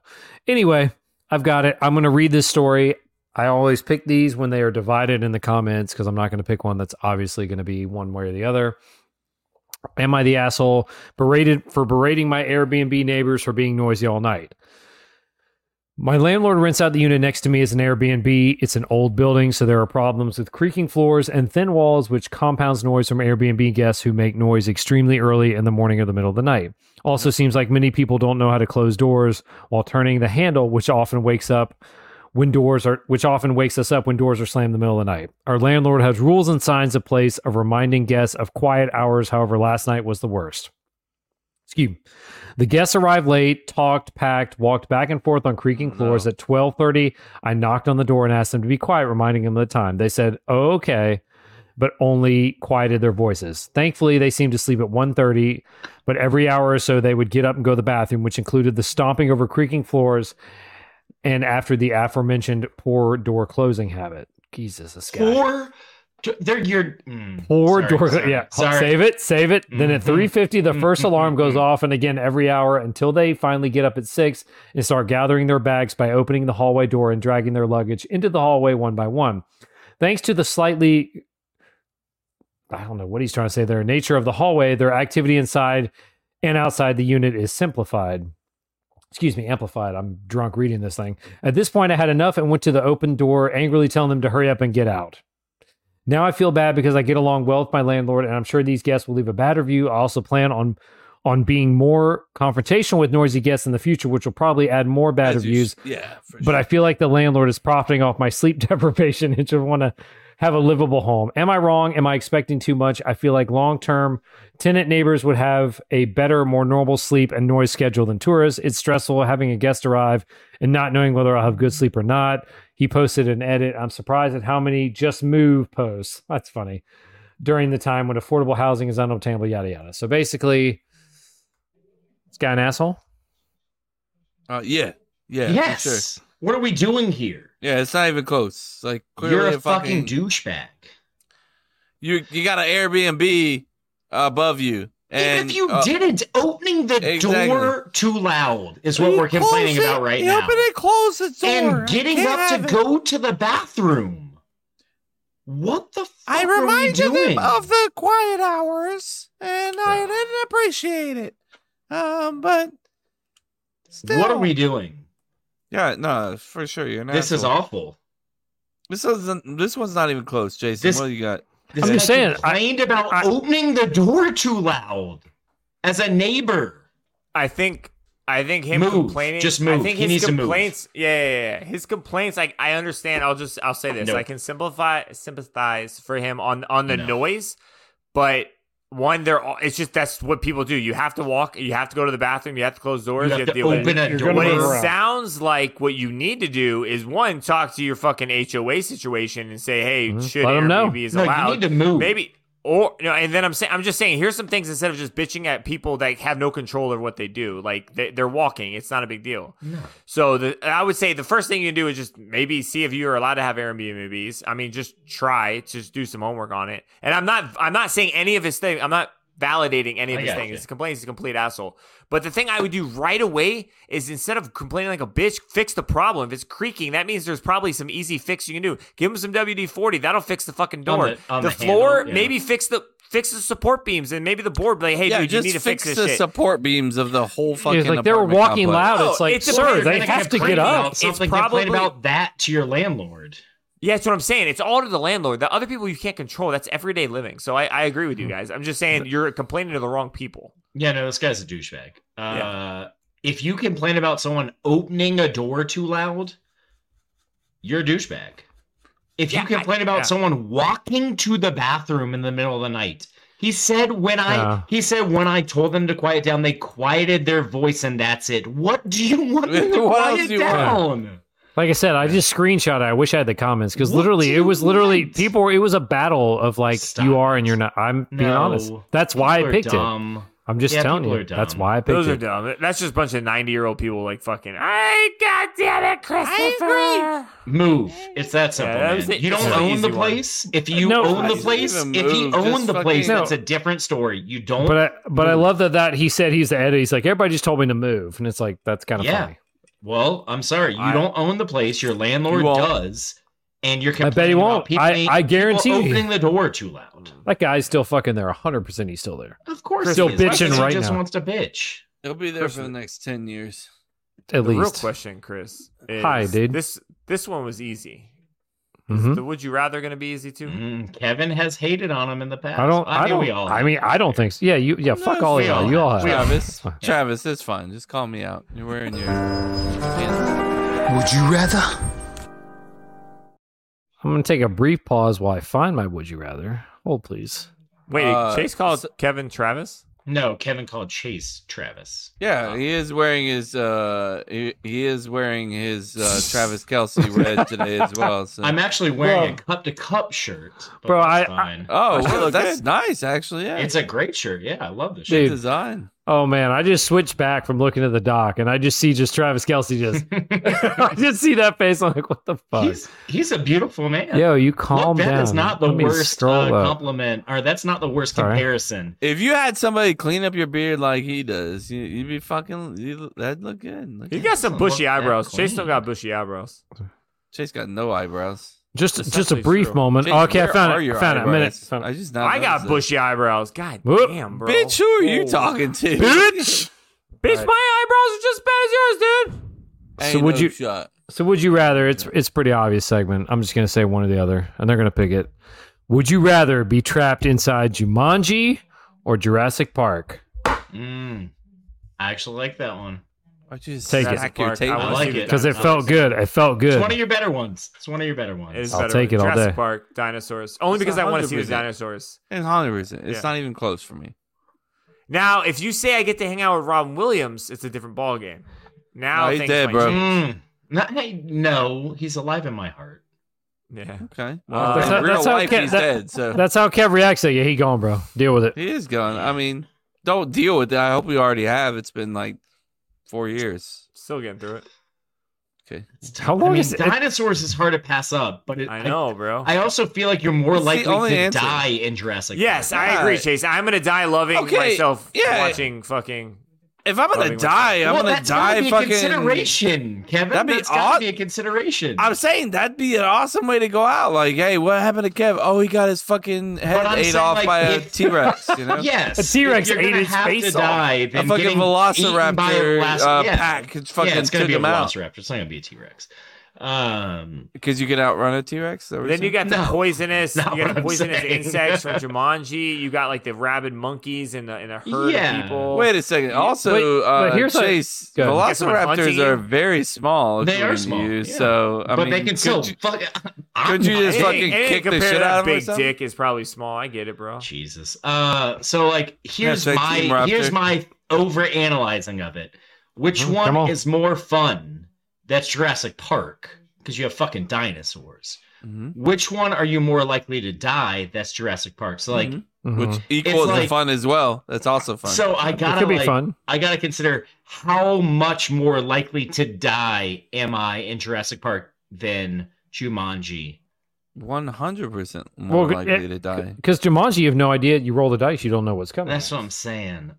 S3: Anyway, I've got it. I'm going to read this story. I always pick these when they are divided in the comments because I'm not going to pick one that's obviously going to be one way or the other. Am I the asshole berated for berating my Airbnb neighbors for being noisy all night? My landlord rents out the unit next to me as an Airbnb. It's an old building, so there are problems with creaking floors and thin walls, which compounds noise from Airbnb guests who make noise extremely early in the morning or the middle of the night. Also, seems like many people don't know how to close doors while turning the handle, which often wakes up when doors are which often wakes us up when doors are slammed in the middle of the night. Our landlord has rules and signs in place of reminding guests of quiet hours. However, last night was the worst. Excuse me. The guests arrived late, talked, packed, walked back and forth on creaking floors. At 12:30, I knocked on the door and asked them to be quiet, reminding them of the time. They said, oh, "Okay." But only quieted their voices. Thankfully, they seemed to sleep at 1:30, but every hour or so they would get up and go to the bathroom, which included the stomping over creaking floors and after the aforementioned poor door closing habit. Jesus, this guy.
S4: Or d- they're your mm,
S3: Poor
S4: sorry,
S3: door.
S4: sorry,
S3: yeah,
S4: sorry. Mm-hmm.
S3: save it, save it. Then at three fifty, the first alarm goes off, and again every hour until they finally get up at six and start gathering their bags by opening the hallway door and dragging their luggage into the hallway one by one. Thanks to the slightly, I don't know what he's trying to say there, nature of the hallway, their activity inside and outside the unit is simplified excuse me, amplified. I'm drunk reading this thing. At this point, I had enough and went to the open door, angrily telling them to hurry up and get out. Now I feel bad because I get along well with my landlord, and I'm sure these guests will leave a bad review. I also plan on on being more confrontational with noisy guests in the future, which will probably add more bad
S2: As you
S3: reviews.
S2: s- yeah, for
S3: but I feel like the landlord is profiting off my sleep deprivation and should want to have a livable home. Am I wrong? Am I expecting too much? I feel like long term tenant neighbors would have a better, more normal sleep and noise schedule than tourists. It's stressful having a guest arrive and not knowing whether I'll have good sleep or not. He posted an edit. I'm surprised at how many just move posts. That's funny. During the time when affordable housing is unobtainable, yada yada. So basically, this guy an asshole.
S2: Uh, yeah. Yeah. for
S4: yes.
S2: sure.
S4: What are we doing here?
S2: Yeah, it's not even close. Like clearly
S4: You're a,
S2: fucking,
S4: fucking douchebag.
S2: you you got an Airbnb above you
S4: Even
S2: And,
S4: if you
S2: uh,
S4: didn't, opening the
S2: exactly.
S4: door too loud is what
S2: You
S4: we're complaining
S2: close it,
S4: about right
S2: you
S4: now.
S2: open it, close the door.
S4: And getting
S2: Can't
S4: up to
S2: have it.
S4: go to the bathroom. What the fuck
S2: I
S4: are we
S2: reminded
S4: doing?
S2: them of the quiet hours, and I didn't appreciate it. Um, but
S4: What are
S2: still.
S4: we doing?
S2: Yeah, no, for sure. You're an
S4: This is
S2: asshole.
S4: awful.
S2: This isn't. This one's not even close, Jason.
S4: This-
S2: what do you got?
S4: This
S3: I'm just
S4: guy
S3: saying, I-
S4: complained about opening the door too loud as a neighbor.
S1: I think I think him
S4: Move.
S1: complaining.
S4: Just move.
S1: I think
S4: He
S1: his
S4: needs to move.
S1: complaints. Yeah, yeah, yeah. His complaints. Like I understand. I'll just I'll say this.
S4: No.
S1: I can simplify sympathize for him on on the
S4: No.
S1: noise, but one, they're all, it's just that's what people do. You have to walk. You have to go to the bathroom. You have to close doors.
S4: You have to
S1: deal with it.
S4: open a
S3: You're
S4: door.
S3: gonna
S1: What
S3: move
S1: it
S3: around.
S1: sounds like what you need to do is one talk to your fucking HOA situation and say, hey,
S3: Mhm.
S1: should
S3: Let 'em know.
S1: Airbnb is
S4: No, you
S1: allowed?
S4: need to move.
S1: Maybe or no, and then I'm saying I'm just saying here's some things instead of just bitching at people that have no control over what they do. Like they, they're walking, it's not a big deal. So the I would say the first thing you can do is just maybe see if you are allowed to have Airbnbs. I mean, just try, just do some homework on it. And I'm not I'm not saying any of his thing. I'm not validating any of
S4: I
S1: his
S4: gotcha.
S1: things. His complaints is a complete asshole. But the thing I would do right away is instead of complaining like a bitch, fix the problem. If it's creaking, that means there's probably some easy fix you can do. Give him some WD forty. That'll fix the fucking door.
S4: the- on the
S1: floor,
S4: handle, yeah.
S1: maybe fix the fix the support beams and maybe the board. be Like, hey,
S2: yeah,
S1: dude, you
S2: just
S1: need to fix,
S2: fix,
S1: this
S2: the
S1: shit.
S2: support beams of the whole fucking.
S3: like, they were
S2: apartment
S3: walking
S2: complex.
S3: loud.
S4: Oh,
S3: it's like,
S1: a-
S3: sir,
S1: you're
S3: they
S1: gonna
S3: have to
S1: complain
S3: get up.
S1: about
S4: It's
S1: Something
S4: probably
S1: probably
S4: complain about that to your landlord.
S1: Yeah, that's what I'm saying. It's all to the landlord. The other people you can't control. That's everyday living. So I, I agree with
S3: Mm-hmm.
S1: you guys. I'm just saying you're complaining to the wrong people.
S4: Yeah, no, this guy's a douchebag. Uh, If you complain about someone opening a door too loud, you're a douchebag. If
S1: Yeah, I-
S4: you complain about
S1: yeah.
S4: someone walking to the bathroom in the middle of the night, he said when I
S3: Yeah.
S4: he said when I told them to quiet down, they quieted their voice and that's it. What do you want them to
S2: What else
S4: quiet
S2: do you want?
S4: down?
S3: Like I said, I just screenshot it. I wish I had the comments because
S4: What do
S3: literally, it
S4: you
S3: was literally
S4: want?
S3: people. Were, it was a battle of like
S4: Stop
S3: you are and you're not. I'm being
S4: No.
S3: honest. That's why
S4: People
S3: I
S4: are
S3: picked it.
S4: dumb.
S3: I'm just
S4: Yeah,
S3: telling
S4: people
S3: you.
S4: are
S3: That's
S4: dumb.
S3: why I picked
S1: Those are
S3: it.
S1: dumb. That's just a bunch of 90 year old people like fucking. I
S12: God damn it, Christopher.
S4: Move. It's that simple.
S1: that
S4: man.
S1: was it.
S4: you
S1: It's
S4: don't
S1: an
S4: own
S1: easy
S4: the
S1: one.
S4: place. If you
S3: No,
S4: own
S3: I
S4: the
S2: didn't
S4: place,
S2: even
S4: if you
S2: move.
S4: own
S2: Just
S4: the place,
S2: fucking-
S4: that's a different story. You don't.
S3: But I, but I love that that he said he's the editor. He's like everybody just told me to move, and it's like that's kind of
S4: Yeah.
S3: funny.
S4: well, I'm sorry. You
S1: I-
S4: don't own the place. Your landlord
S2: You won't.
S4: does, and you're
S3: I bet he
S4: complaining about
S3: won't.
S4: people-
S3: I- I
S4: people
S3: guarantee-
S4: opening the door too loud.
S3: That guy's still fucking there. 100. percent He's still there.
S4: Of course,
S3: Still
S4: he is. Because
S3: bitching
S4: he
S3: right
S4: just
S3: now.
S4: wants to bitch.
S2: They'll be there for the
S1: Person-
S2: next ten years.
S3: At
S1: the
S3: least.
S1: real question, Chris. Is
S3: Hi, dude.
S1: This this one was easy.
S3: Mhm.
S1: The would you rather going to be easy too?
S2: Mm-hmm.
S4: Mm, Kevin has hated on him in the past.
S3: I don't. I,
S4: mean,
S3: don't.
S4: We all
S3: I mean, I don't think. So. Yeah, you. Yeah, fuck all
S4: we
S3: y'all.
S4: all
S3: You all
S4: have.
S3: have.
S4: We all
S3: It's
S2: Travis,
S3: fine.
S2: Travis, it's fine. Just call me out. You're wearing your. pants.
S6: Would you rather?
S3: I'm gonna take a brief pause while I find my would you rather. Hold please.
S1: Wait,
S2: Uh,
S1: Chase called Kevin Travis.
S4: no. Kevin called Chase Travis.
S2: Yeah, he is wearing his. Uh, he, he is wearing his uh, Travis Kelsey red today as well. So.
S4: I'm actually
S3: Bro.
S4: wearing a cup to cup shirt. but
S3: Bro,
S4: that's
S3: I- I-
S4: fine.
S2: Oh,
S3: I
S2: well,
S3: look
S2: that's nice actually. Yeah,
S4: It's a great shirt. Yeah, I love this
S2: good
S4: shirt.
S3: Dude.
S2: design.
S3: Oh man, I just switched back from looking at the doc, and I just see just Travis Kelsey just. I just see that face. I'm like, what the fuck?
S4: he's he's a beautiful man.
S3: Yo, you calm
S4: Look, that
S3: down.
S4: is not the
S3: Let me
S4: worst
S3: scroll
S4: uh,
S3: up.
S4: compliment, or that's not the worst
S3: All right.
S4: comparison.
S2: If you had somebody clean up your beard like he does, you, you'd be fucking. You, that'd look good. Look
S1: He
S2: good.
S1: got some
S4: Doesn't
S1: bushy
S4: look that
S1: eyebrows. Chase still
S4: clean.
S1: got bushy eyebrows.
S2: Chase got no eyebrows.
S1: That's
S3: Just, just a
S1: actually
S3: brief
S1: true.
S3: moment.
S2: Chase,
S3: okay, I
S2: where
S3: found
S2: are
S3: it.
S2: your
S3: I found it. A minute.
S2: eyebrows?
S3: Found it.
S2: I just not.
S1: I got
S2: noticed
S1: bushy eyebrows. God
S3: Whoop.
S1: damn,
S2: that.
S1: bro.
S2: Bitch, who are you
S1: Whoa.
S2: talking to?
S1: Bitch, bitch, my eyebrows are just as bad as yours, dude.
S2: Ain't
S3: So would
S2: no
S3: you-
S2: Shot.
S3: So would you rather? It's it's pretty obvious segment. I'm just gonna say one or the other, and they're gonna pick it. Would you rather be trapped inside Jumanji or Jurassic Park?
S4: Mm, I actually like that one.
S2: Why don't you just
S3: Take it.
S2: stack your
S1: Park, I
S2: tape?
S1: wanna
S4: I like
S1: see the
S4: it.
S3: Because it
S4: I
S3: felt
S4: like
S3: good. It felt
S4: It's one of
S3: good.
S4: your better ones. It's one of your better
S1: It is
S4: ones.
S3: I'll
S1: better.
S3: take it all
S1: Jurassic
S3: day.
S1: Park, dinosaurs. Only
S2: It's
S1: because I want to see the
S2: 100%.
S1: dinosaurs.
S2: It's hundred percent. It's
S1: Yeah.
S2: not even close for me.
S1: Now, if you say I get to hang out with Robin Williams, it's a different ballgame. Now
S2: No, he's
S1: things
S2: dead,
S1: might
S2: bro.
S1: change.
S4: Mm, not, no, he's alive in my heart.
S1: Yeah. Uh,
S2: Okay.
S1: Well,
S2: Well,
S1: that's
S2: in
S1: how-
S2: real
S3: that's how
S2: life,
S3: Ke-
S2: he's
S3: that-
S2: dead. So
S3: That's how Kev reacts. Like, yeah, he gone, bro. Deal with it.
S2: he is gone. I mean, don't deal with it. I hope we already have. It's been like four years.
S1: Still getting through it.
S2: okay.
S3: How
S4: I mean, dinosaurs is hard to pass up, but it,
S1: I know, bro.
S4: I also feel like you're more
S1: It's the
S4: likely
S1: only
S4: to
S1: answer.
S4: die in Jurassic.
S1: yes,
S4: Park.
S1: I agree, Chase. I'm gonna die loving
S4: Okay,
S1: myself
S4: yeah.
S1: watching fucking.
S2: If I'm gonna
S1: loving myself.
S2: die, I'm
S4: Well,
S2: gonna
S4: that's gotta
S2: die.
S4: be a
S2: fucking
S4: consideration, Kevin.
S2: That'd be
S4: That's gotta
S2: aw-
S4: be a consideration.
S2: I'm saying that'd be an awesome way to go out. Like, hey, what happened to Kev? Oh, he got his fucking head
S4: But I'm
S2: ate
S4: saying,
S2: off
S4: like,
S2: by a
S4: if-
S2: T Rex. You know?
S4: Yes,
S3: A T-Rex
S4: if you're gonna
S3: ate its
S4: have
S3: face
S4: to
S3: off.
S4: die,
S2: A fucking
S4: then getting eaten by a
S2: velociraptor
S4: velas-
S2: uh,
S4: yeah.
S2: pack it's fucking
S4: yeah, it's gonna
S2: took
S4: be a
S2: him out.
S4: velociraptor. It's not gonna be a T Rex. Um,
S2: Because you can outrun a T Rex.
S1: Then you got the poisonous,
S4: not
S1: you got
S4: what
S1: the
S4: I'm
S1: poisonous
S4: saying.
S1: insects from Jumanji. You got like the rabid monkeys and the in a herd
S4: Yeah.
S1: of people.
S2: Wait a second. Also,
S1: Wait,
S2: uh,
S1: but here's a-
S2: Chase,
S1: Go ahead. Get someone hunting
S2: velociraptors
S1: you.
S2: are very small.
S4: They
S2: according
S4: are
S2: to
S4: small,
S2: you,
S4: yeah.
S2: So, I
S4: but
S2: mean,
S4: they can
S2: could
S4: still
S2: you-
S4: fuck.
S2: could you just
S1: Anything-
S2: fucking
S1: anything
S2: kick the
S1: compared to
S2: shit
S1: that
S2: out of him or
S1: Big
S2: something?
S1: dick is probably small. I get it, bro.
S4: Jesus. Uh, so like here's
S2: Yeah, say
S4: my
S2: Team Raptor.
S4: here's my over analyzing of it. Which
S3: Mm-hmm,
S2: Mm,
S4: one
S2: come on.
S4: is more fun? That's Jurassic Park because you have fucking dinosaurs.
S2: Mhm.
S4: Which one are you more likely to die? That's Jurassic Park. So like,
S2: Mhm.
S3: Mhm.
S2: Which
S4: It's
S2: equals the
S4: like-
S2: fun as well. That's also fun.
S4: so I gotta
S3: could be
S4: like,
S3: fun.
S4: I gotta consider how much more likely to die am I in Jurassic Park than Jumanji?
S2: One hundred percent more
S3: Well,
S2: likely
S3: it-
S2: to die.
S3: Because Jumanji, you have no idea. You roll the dice, you don't know what's coming.
S4: That's what I'm saying.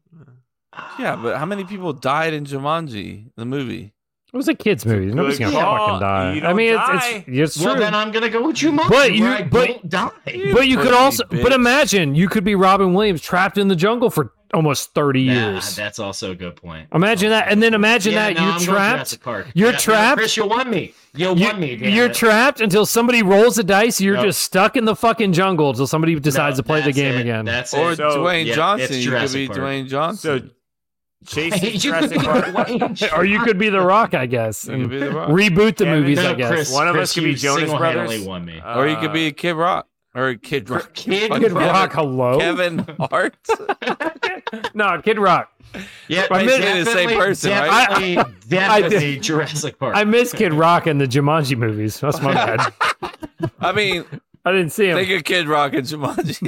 S2: Yeah, but how many people died in Jumanji, the movie?
S3: It was a kids' movie. Nobody's gonna
S1: call.
S3: fucking die.
S1: You
S3: I
S1: don't
S3: mean,
S1: die.
S3: it's it's, it's
S4: Well,
S3: true.
S4: then I'm gonna go with Jumanji.
S3: But you-
S4: where I
S3: but-
S4: don't die.
S3: but you could
S2: Pretty
S3: also, but
S2: bitch.
S3: imagine you could be Robin Williams trapped in the jungle for almost thirty
S4: Nah,
S3: years.
S4: that's also a good point.
S3: Imagine that, and then imagine
S4: Yeah,
S3: that
S4: no,
S3: you're
S4: I'm going
S3: trapped.
S4: Jurassic Park.
S3: You're
S4: Yeah, no,
S3: trapped.
S4: Chris, you won me. You,
S3: You,
S4: won me. damn
S3: you're
S4: it.
S3: trapped until somebody rolls a dice. You're
S4: No.
S3: just stuck in the fucking jungle until somebody decides to
S4: No,
S3: play the
S4: that's
S3: game
S4: it.
S3: again.
S4: That's
S2: Or
S4: it.
S2: Dwayne
S4: yeah,
S2: Johnson.
S4: it's
S2: You could
S4: Jurassic
S2: be
S4: Park.
S2: Dwayne
S1: So
S2: Johnson.
S1: Chase
S4: You
S1: is Jurassic
S4: could be
S1: Park.
S4: Dwayne
S3: or you could be The Rock, I guess,
S2: You could
S3: and
S2: be The Rock.
S3: reboot the
S1: Yeah,
S3: movies.
S1: no,
S3: I guess.
S4: Chris,
S1: One of us
S4: Chris,
S1: could be
S4: you
S1: Jonas
S4: single-handedly
S1: Brothers.
S4: won me.
S2: or you could
S1: Uh,
S2: be Kid Rock. Or Kid Rock.
S4: Kid
S2: Fucking
S3: Kid
S2: Kevin-
S3: Rock, hello.
S2: Kevin Hart.
S3: No, Kid Rock.
S4: Yeah,
S3: I meant-
S2: You're the same person, right?
S4: definitely, right? Definitely,
S3: I
S4: Jurassic Park.
S3: I miss Kid Rock in the Jumanji movies. That's my bad.
S2: I mean,
S3: I didn't see him.
S2: think of Kid Rock and Jumanji.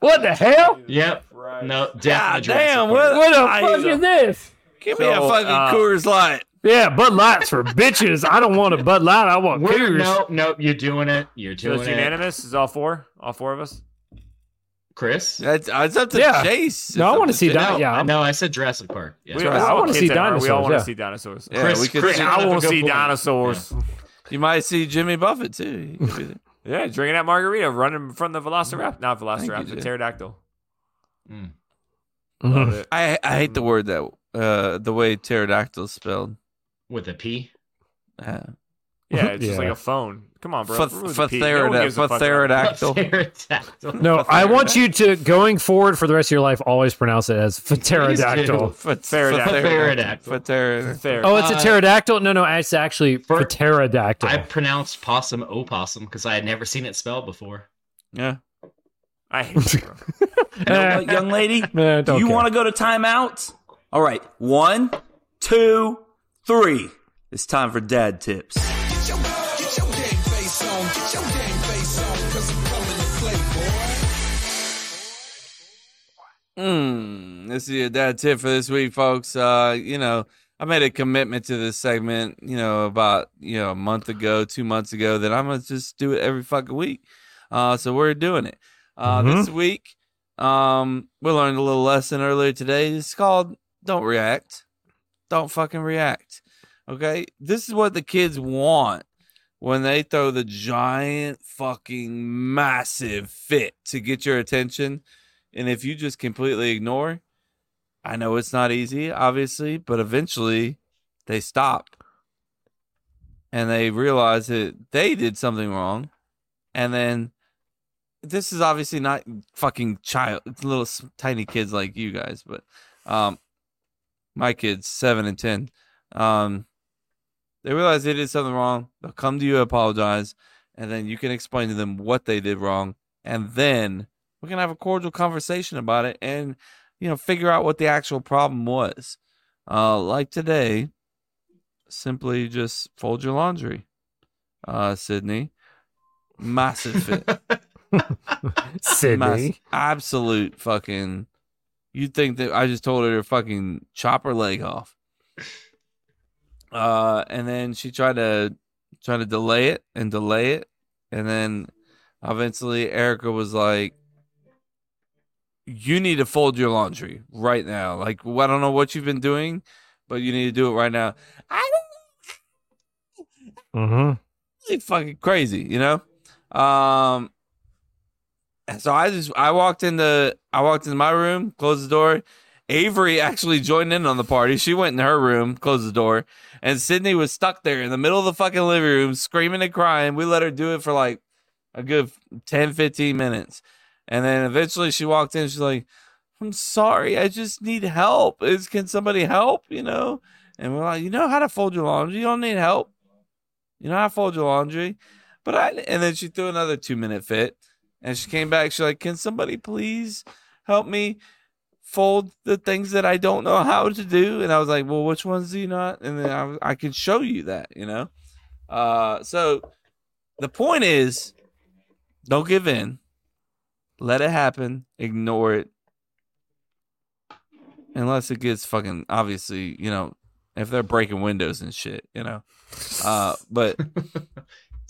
S3: what the hell?
S4: yep. No, definitely.
S2: God
S4: Jurassic
S2: damn,
S4: Park.
S2: what-
S3: What the
S2: I-
S3: fuck is this?
S2: Give me a
S1: So,
S2: fucking
S1: uh,
S2: Coors Light.
S3: Yeah, Bud Light's for bitches. I don't want a Bud Light. I want
S4: We're,
S3: Coors.
S4: no, no, you're doing it. You're
S1: So
S4: doing
S1: it's
S4: it,
S1: unanimous. Is all four? All four of us?
S4: Chris.
S2: That's, that's up to
S3: Yeah.
S2: Chase.
S3: No, I
S2: It's up
S3: wanna see
S2: Chase.
S3: that. yeah, I'm-
S4: no, I said Jurassic Park. Yeah.
S1: We,
S2: Sure.
S1: we're
S2: I
S1: all
S3: wanna see
S1: kids at heart. We all
S3: dinosaurs,
S1: want to
S3: yeah.
S1: see dinosaurs.
S2: Yeah,
S4: Chris,
S2: we could
S4: Chris,
S2: see-
S1: I
S4: Another
S1: want
S4: good
S1: to see
S4: point.
S1: dinosaurs.
S2: You might see Jimmy Buffett too. He could be there.
S1: Yeah. drinking that margarita, running from the Velociraptor. Not Velociraptor,
S2: Mm. Jay.
S1: pterodactyl.
S4: Mm.
S1: Love it.
S2: I I hate the word that uh the way pterodactyl is spelled.
S4: With a P.
S2: Uh,
S1: Yeah, it's just
S3: Yeah.
S1: like a phone. Come on, bro.
S2: fa-
S1: Remove the
S2: fa-
S1: P. No one gives a fuck about that.
S2: pterodactyl.
S4: Pterodactyl.
S3: No, I want you to going forward for the rest of your life always pronounce it as pterodactyl.
S4: do.
S2: Fa-
S1: Pterodactyl.
S2: pterodactyl. Fa- pterodactyl.
S1: Fair.
S3: Oh, it's a
S4: Uh,
S3: pterodactyl. No, no, it's actually
S4: for-
S3: pterodactyl.
S4: I pronounced possum opossum because I had never seen it spelled before.
S2: Yeah.
S1: I hate you, bro.
S3: Eh,
S16: What, young lady,
S3: eh,
S16: do
S3: don't
S16: you
S3: care.
S16: want to go to timeout? All right, one, two, three. It's time for dad tips.
S2: Mm, this is that's it for this week, folks. Uh, you know, I made a commitment to this segment, you know, about you know a month ago, two months ago, that I'm gonna just do it every fucking week. Uh, so we're doing it. Uh,
S3: Mhm.
S2: this week, um, we learned a little lesson earlier today. It's called "Don't react, don't fucking react." Okay, this is what the kids want when they throw the giant fucking massive fit to get your attention. And if you just completely ignore, I know it's not easy, obviously, but eventually they stop and they realize that they did something wrong. And then this is obviously not fucking child, it's little s- tiny kids like you guys, but um, my kids, seven and 10, um, they realize they did something wrong. They'll come to you, apologize, and then you can explain to them what they did wrong. And then we can have a cordial conversation about it and, you know, figure out what the actual problem was. Uh, like today, simply just fold your laundry, uh, Sydney. Massive fit.
S3: Sydney.
S2: Mass- absolute fucking. You'd think that I just told her to fucking chop her leg off. Uh, and then she tried to try to delay it and delay it, and then eventually Erica was like, "You need to fold your laundry right now. Like, well, I don't know what you've been doing, but you need to do it right now." I
S3: Mm-hmm.
S2: it's fucking crazy, you know. Um, and so I just I walked into I walked into my room, closed the door. Avery actually joined in on the party. She went in her room, closed the door, and Sydney was stuck there in the middle of the fucking living room, screaming and crying. We let her do it for like a good 10, 15 minutes. And then eventually she walked in. She's like, I'm sorry. I just need help. Is Can somebody help? You know? And we're like, You know how to fold your laundry? You don't need help. You know how to fold your laundry? But I, and then she threw another two minute fit. And she came back. She's like, Can somebody please help me fold the things that I don't know how to do? And I was like, Well, which ones do you not? And then I, I can show you that, you know? Uh, so the point is don't give in let it happen ignore it unless it gets fucking obviously you know if they're breaking windows and shit you know uh but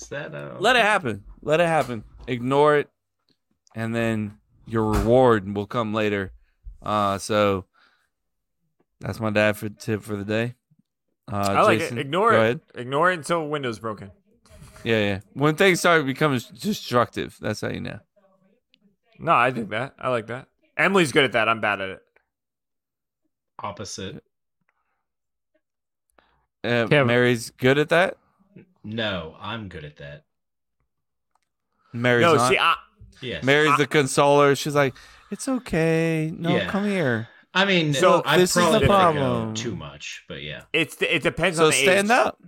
S4: Is that, uh,
S2: let it happen let it happen ignore it and then your reward will come later uh so that's my dad for tip for the day uh
S1: I like
S2: Jason,
S1: it. Ignore
S2: go
S1: it.
S2: ahead.
S1: Ignore it until windows broken.
S2: yeah yeah when things start becoming destructive that's how you know
S1: No, I think that. I like that. Emily's good at that. I'm bad at it.
S4: Opposite.
S2: Uh,
S4: Kevin.
S2: Mary's good at that.
S4: No, I'm good at that.
S2: Mary's
S4: No,
S2: not.
S4: see, I- Yes.
S2: Mary's
S4: I-
S2: the consoler. She's like, it's okay. No,
S4: Yeah.
S2: come here.
S4: I mean,
S2: so
S4: I
S2: this is
S4: probably
S2: the
S4: didn't go
S2: problem.
S4: Too much, but yeah.
S1: It's it depends
S2: So
S1: on the
S2: stand
S1: age.
S2: up.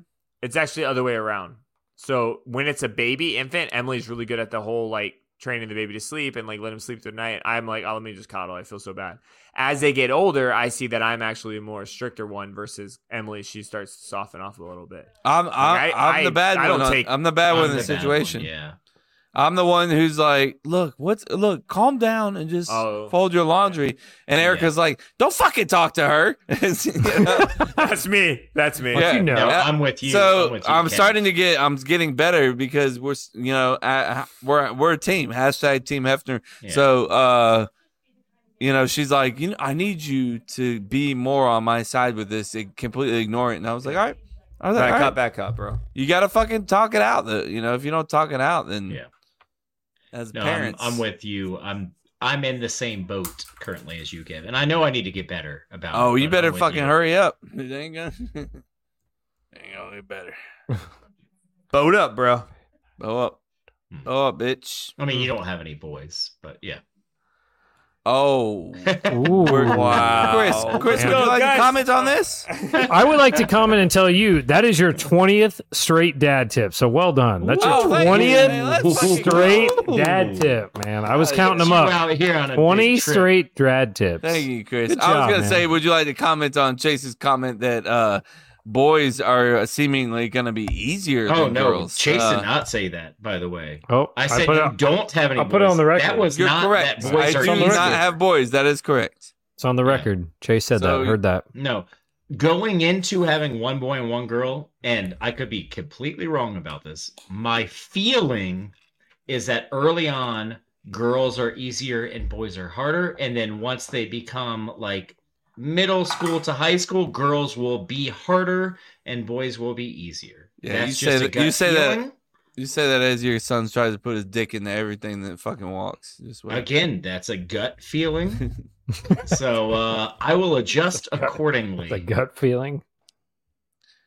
S1: It's actually the other way around. So when it's a baby infant, Emily's really good at the whole like training the baby to sleep and like let him sleep through the night. I'm like, oh, let me just coddle. I feel so bad. As they get older, I see that I'm actually a more stricter one versus Emily. She starts to soften off a little bit.
S2: I'm I'm,
S1: I-
S2: I, am
S1: I-
S2: the bad
S1: I
S2: one.
S1: don't
S2: on-
S1: take-
S2: I'm the bad
S1: I'm
S2: one in the
S1: the bad one,
S2: situation.
S4: yeah.
S2: I'm the one who's like, look, what's look, calm down and just
S1: Oh,
S2: fold your laundry. And Erica's like, don't fucking talk to her.
S1: That's me. That's me.
S2: Yeah.
S4: No,
S2: Yeah.
S4: I'm with you.
S2: So
S4: I'm
S2: I'm,
S4: with you, Ken.
S2: starting to get, I'm getting better because we're, s- you know, I, I- we're we're a team. Hashtag Team Hefner. So, uh, you know, she's like, you know, I need you to be more on my side with this. It, completely ignore it. And I was like, all right, I was
S1: Back
S2: like, all
S1: up,
S2: right.
S1: back up, bro.
S2: You gotta fucking talk it out. Though. You know, if you don't talk it out, then yeah. As
S4: No, I'm,
S2: parents,
S4: I'm with you. I'm I'm in the same boat currently as you, Kevin. And I know I need to get better about.
S2: Oh,
S4: it,
S2: you
S4: but
S2: better
S4: I'm with
S2: fucking
S4: you.
S2: hurry up. It ain't gonna, ain't
S1: Oh,
S2: gonna get better. Boat up, bro. Bow up.
S4: Hmm.
S2: Bow up, bitch.
S4: I mean, you don't have any boys, but yeah.
S2: Oh,
S3: Ooh.
S2: wow. Chris, Chris, would you like to comment on this?
S3: I would like to comment and tell you that is your 20th straight dad tip. So well done. That's your
S2: Oh, thank you,
S3: 20th
S2: man. Let's fucking
S3: straight
S2: go.
S3: dad tip, man. I was
S2: Oh,
S3: counting
S2: yes,
S3: them
S2: you
S3: up.
S2: out here on a big
S3: 20
S2: trip.
S3: straight dad tips.
S2: Thank you, Chris.
S3: Good
S2: I was
S3: job,
S2: gonna
S3: man.
S2: say, would you like to comment on Chase's comment that uh, boys are seemingly gonna be easier
S4: Oh
S2: than
S4: no,
S2: girls?
S4: Chase
S2: Uh,
S4: did not say that. By the way,
S3: Oh,
S4: I
S2: I
S4: said
S2: put
S4: you
S2: it-
S4: don't have any.
S3: I'll put it
S4: boys.
S3: on the record.
S4: That was
S2: You're
S4: not
S2: correct.
S4: that boys
S2: I
S4: are
S2: do
S4: easy.
S2: not have boys. That is correct.
S3: It's on the record. Chase said
S2: So-
S3: that. Heard that.
S4: No, going into having one boy and one girl, and I could be completely wrong about this. My feeling is that early on, girls are easier and boys are harder, and then once they become like middle school to high school, girls will be harder and boys will be easier.
S2: Yeah,
S4: That's
S2: you say
S4: just a
S2: that.
S4: gut
S2: You say
S4: feeling.
S2: that. You say that as your son tries to put his dick into everything that fucking walks. Just wait.
S4: Again, that's a gut feeling. so uh, I will adjust accordingly.
S3: The gut feeling.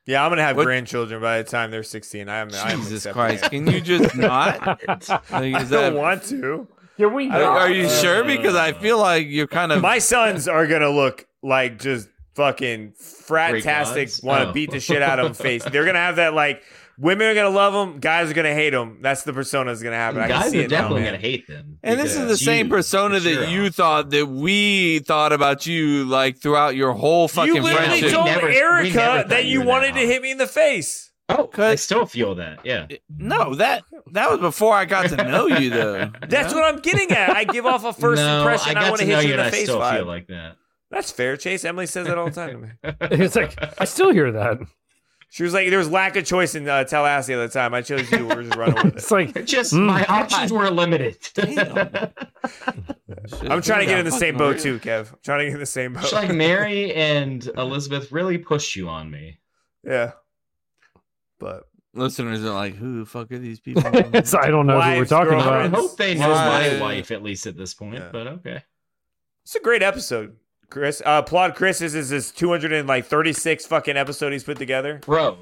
S1: Yeah, I'm gonna have
S4: What-
S1: grandchildren by the time they're 16. I am. I am
S2: Jesus
S1: accepting
S2: Christ!
S1: it.
S2: Can you just not? Like,
S1: I
S2: is that-
S1: don't want to.
S3: Can we?
S2: Are, are you sure? Because I feel like you're kind of
S1: my sons are gonna look like just fucking
S2: Greek
S1: fratastic.
S2: gods?
S1: Want to
S2: Oh.
S1: beat the shit out of them face. They're gonna have that like women are gonna love them, guys are gonna hate them. That's the persona that's gonna happen. I can
S4: Guys
S1: see
S4: are
S1: it now,
S4: definitely
S1: man.
S4: gonna hate them.
S2: And this is the
S4: because
S2: same
S4: you-
S2: persona
S4: it's your
S2: that you thought that we thought about you like throughout your whole fucking
S1: You literally
S2: friendship.
S1: told
S4: never- we never
S1: Erica
S4: thought
S1: that
S4: you
S1: you
S4: were that
S1: wanted to
S4: hot.
S1: hit me in the face.
S4: Oh, I still feel that. Yeah.
S2: No, that that was before I got to know you though.
S1: That's what I'm getting at. I give off a first
S4: No, I
S1: impression. I,
S4: got
S1: want
S4: to
S1: to
S4: know
S1: hit
S4: you
S1: you in
S4: and
S1: the
S4: I
S1: face
S4: still feel
S1: vibe.
S4: like that.
S1: That's fair, Chase. Emily says that all the time to me.
S3: It's like I still hear that.
S1: She was like, there was lack of choice in uh, Tallahassee at the time. I chose you. We're just running with it.
S3: it's like
S4: just
S1: Mm.
S4: my options were limited.
S1: I'm trying to get in the same boat too, Kev. I'm trying to get in the same boat.
S4: It's like Mary and Elizabeth really pushed you on me.
S1: Yeah. But
S2: listeners are like, who the fuck are these people?
S3: It's- I don't know who we're
S1: Wives,
S3: talking
S4: I
S1: girlfriends.
S3: about.
S4: hope they know
S2: Why?
S4: my wife at least at this point. But okay,
S1: It's a great episode, Chris. Uh, applaud Chris. This is his 236 fucking episode he's put together.
S4: bro,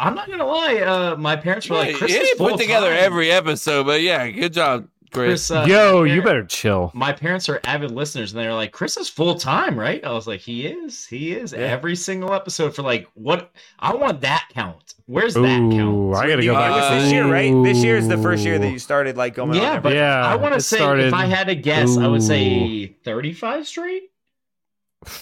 S4: I'm not gonna lie. Uh, my parents were like, Chris
S2: Yeah,
S4: is
S2: put together
S4: full-time.
S2: every episode, but yeah, good job, Chris.
S4: Chris, uh,
S3: Yo,
S4: my
S3: you
S4: parents-
S3: better chill.
S4: My parents are avid listeners, and they're like, "Chris is full time, right?" I was like, "He is. He is every single episode for like what? I want that count. Where's that count?
S3: Ooh, I gotta go
S1: It was
S3: back.
S1: this year, right? This year is the first year that you started like going. on
S4: Yeah,
S1: there.
S4: but
S3: Yeah,
S4: I want
S3: it
S4: to say
S3: started-
S4: if I had to guess, I would say
S3: Ooh.
S4: 35 straight.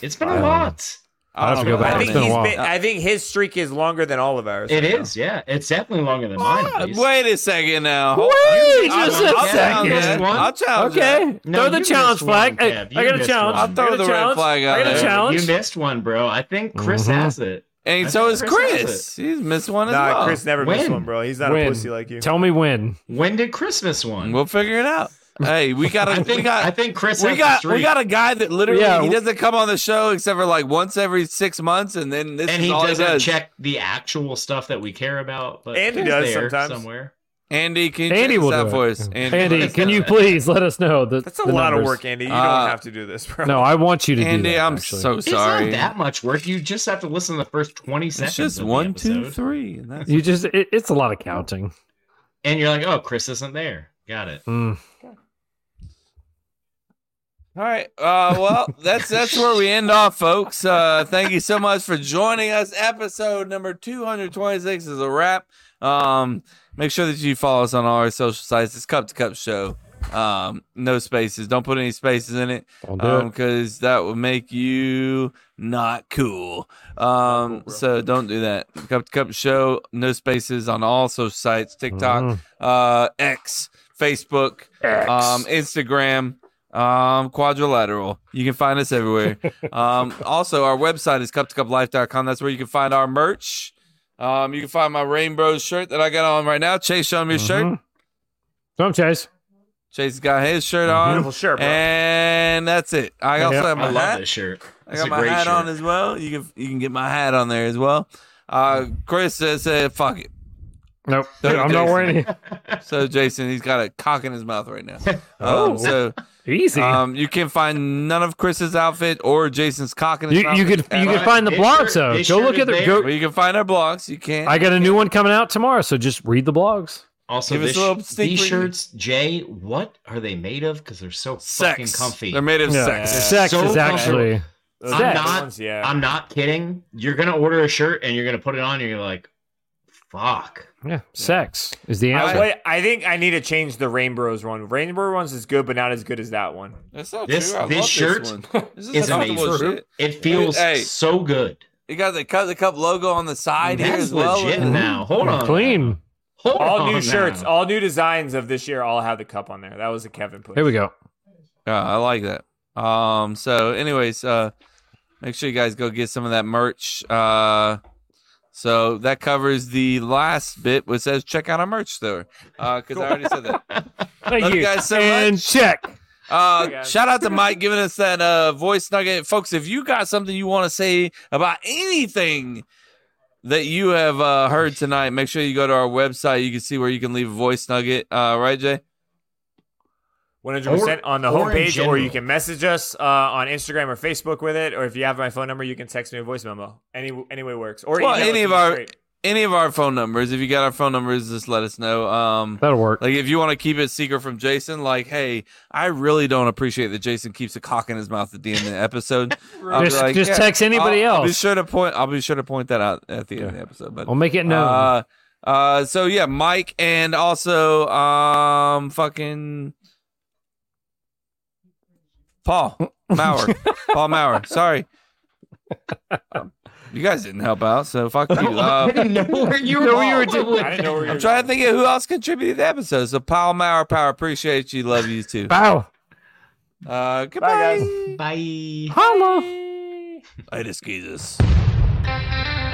S4: It's been
S3: I
S4: a
S3: don't know.
S4: lot.
S3: I'll have to go
S2: Oh,
S3: back.
S1: I
S2: man.
S1: think
S3: It's been a
S1: he's
S3: while.
S1: been, I think his streak is longer than all of ours.
S4: It is, yeah. It's definitely longer than mine. at
S2: Ah,
S4: least.
S2: Wait a second now. Hold
S3: Wait
S2: on.
S3: just
S2: I'll-
S3: a
S2: I'll challenge
S3: second.
S2: that. I'll challenge that.
S3: Okay,
S4: No,
S3: throw the
S4: you
S3: challenge
S4: missed one,
S3: flag. Hey,
S4: Kev. You
S3: I got a
S4: missed
S3: challenge.
S4: one.
S2: I'll throw
S3: I got a
S2: the red
S3: challenge.
S2: flag out
S3: I got a
S2: there.
S3: challenge.
S4: You missed one, bro. I think Chris
S3: Mhm.
S4: has it.
S2: And
S4: I
S2: so
S4: think
S2: is
S4: Chris has
S2: Chris. He's missed one as
S1: Nah,
S2: well.
S1: Chris never missed
S4: When?
S1: one, bro. He's not
S3: When?
S1: a pussy like you.
S3: Tell me when.
S4: When did Christmas one?
S2: We'll figure it out. Hey, we got
S4: I
S2: a
S4: think
S2: we got
S4: I think Chris
S2: we
S4: has
S2: got
S4: the
S2: we
S4: streak.
S2: got a guy that literally
S3: Yeah,
S2: he
S3: w-
S2: doesn't come on the show except for like once every six months, and then this
S4: and
S2: is
S4: he
S2: all
S4: doesn't
S2: he does.
S4: check the actual stuff that we care about. But
S1: And he
S4: it's
S1: does
S4: there
S1: sometimes.
S4: Somewhere.
S2: Andy, can you check
S3: Andy
S2: this
S3: will
S2: out
S3: do
S2: for
S3: it.
S2: us?
S3: Andy, can you please let us know the
S1: That's a
S3: the
S1: lot of
S3: numbers.
S1: work, Andy. You
S2: Uh,
S1: don't have to do this, bro.
S3: No, I want you to do
S2: Andy,
S3: that.
S2: I'm
S3: actually.
S2: so sorry.
S4: It's not that much work. You just have to listen to the first twenty seconds.
S2: It's just
S4: of the
S2: one, two,
S4: episode.
S2: three, and that's
S3: You just it, it's a lot of counting.
S4: and you're like, oh, Chris isn't there. Got it.
S3: Mm.
S2: All right. Uh, well, that's that's where we end off, folks. Uh, thank you so much for joining us. Episode number two hundred twenty six is a wrap. Um, make sure that you follow us on all our social sites. It's Cup to Cup Show. Um, no spaces. Don't put any spaces in it
S3: Don't do it.
S2: because that would make you not cool. Um, so don't do that. Cup to Cup Show. No spaces on all social sites. TikTok,
S3: Mhm.
S2: uh, X, Facebook, um, Instagram, um, quadrilateral. You can find us everywhere. um, also, our website is cup2cuplife.com. That's where you can find our merch. Um, you can find my Rainbow shirt that I got on right now. Chase showing me his shirt.
S3: Mhm. Come Chase.
S2: Chase has got his shirt
S3: Mm-hmm.
S1: Beautiful
S2: on.
S1: shirt, bro.
S2: And that's it. I also
S3: Yep.
S2: have
S4: I
S2: my
S4: love
S2: hat.
S4: this shirt.
S2: I
S4: It's
S2: got
S4: a
S2: my
S4: great
S2: hat
S4: shirt.
S2: on as well. You can you can get my hat on there as well. Uh, Chris uh, said, "Fuck it."
S3: Nope.
S2: Don't
S3: I'm
S2: do
S3: not
S2: this.
S3: wearing it.
S2: So Jason, he's got a cock in his mouth right now. Um,
S3: Oh.
S2: so
S3: Easy.
S2: Um, you can find none of Chris's outfit or Jason's cock in his
S3: you
S2: mouth.
S3: you could you
S2: at all.
S3: could find the
S4: They
S3: blogs
S4: sure-
S3: though.
S4: they
S3: Go
S4: sure
S3: look
S4: did
S3: at the
S4: there.
S3: go.
S2: Well, you can find our blogs. You can.
S3: I got a new one coming out tomorrow, so just read the blogs.
S4: Also,
S2: Give us
S4: this,
S2: a little sneak preview.
S4: these shirts, Jay, what are they made of? Because they're so fucking
S2: sex.
S4: comfy.
S2: They're made of
S3: Yeah.
S2: sex.
S3: Sex
S4: So
S3: is actually
S1: Those
S4: I'm
S1: are the
S4: not-
S1: ones, yeah.
S4: I'm not kidding. You're gonna order a shirt and you're gonna put it on, and you're like, fuck.
S3: yeah. Sex is the
S1: I,
S3: answer.
S1: wait, I think I need to change the Rainbows one. Rainbow ones is good, but not as good as that one.
S2: That's so
S4: This-
S2: true. I
S4: this
S2: love
S4: shirt
S2: this, one. This
S4: is
S2: comfortable as
S4: amazing.
S2: shit.
S4: It feels
S2: hey.
S4: so good.
S2: You got the cup, the cup logo on the side here
S4: That's
S2: as well. Mm-hmm.
S4: legit
S2: Look at
S4: now. Hold on.
S3: Clean.
S4: Hold
S1: all
S4: on
S3: Oh,
S1: new
S4: now.
S1: shirts, all new designs of this year. All have the cup on there. That was a Kevin push.
S3: Here we go.
S2: that. Yeah, I like that. Um. So, anyways, uh, make sure you guys go get some of that merch. Uh. So that covers the last bit, which says check out our merch store. Uh, because I already said that.
S3: Thank
S2: Love you
S3: you.
S2: guys so
S3: and
S2: much.
S3: check.
S2: Uh,
S1: Hey, guys.
S2: shout out to Mike giving us that uh, voice nugget, folks. If you got something you want to say about anything that you have uh, heard tonight, make sure you go to our website. You can see where you can leave a voice nugget. Uh, right, Jay?
S1: One hundred percent
S4: Or-
S1: on the
S4: or in
S1: homepage, or you
S4: general.
S1: can message us uh, on Instagram or Facebook with it. Or if you have my phone number, you can text me a voice memo. Any any way works. Or
S2: Well,
S1: email us
S2: any of
S1: would be
S2: our-
S1: great.
S2: Any of our phone numbers. If you got our phone numbers, just let us know. Um,
S3: That'll work.
S2: like if you want to keep it secret from Jason, like, hey, I really don't appreciate that Jason keeps a cock in his mouth at the end of the episode. I'll be
S3: Just- just text anybody
S2: I'll- I'll be
S3: else.
S2: sure to point. I'll be sure to point that out at the end of the episode. But
S3: I'll make it known.
S2: Uh, uh, so yeah, Mike, and also um, fucking Paul Maurer, Paul Maurer. Sorry, Um, you guys didn't help out, so fuck you.
S4: I
S2: Uh,
S4: didn't know where you were, going with
S1: I didn't
S4: that.
S1: know where you
S2: I'm
S1: were
S2: trying
S1: going.
S2: to think of who else contributed to the episode. So Paul Maurer, Power, appreciate you, love you too.
S3: Bow.
S2: Uh, goodbye.
S4: Bye.
S3: Holla.
S2: Later, skeezers.
S12: Bye.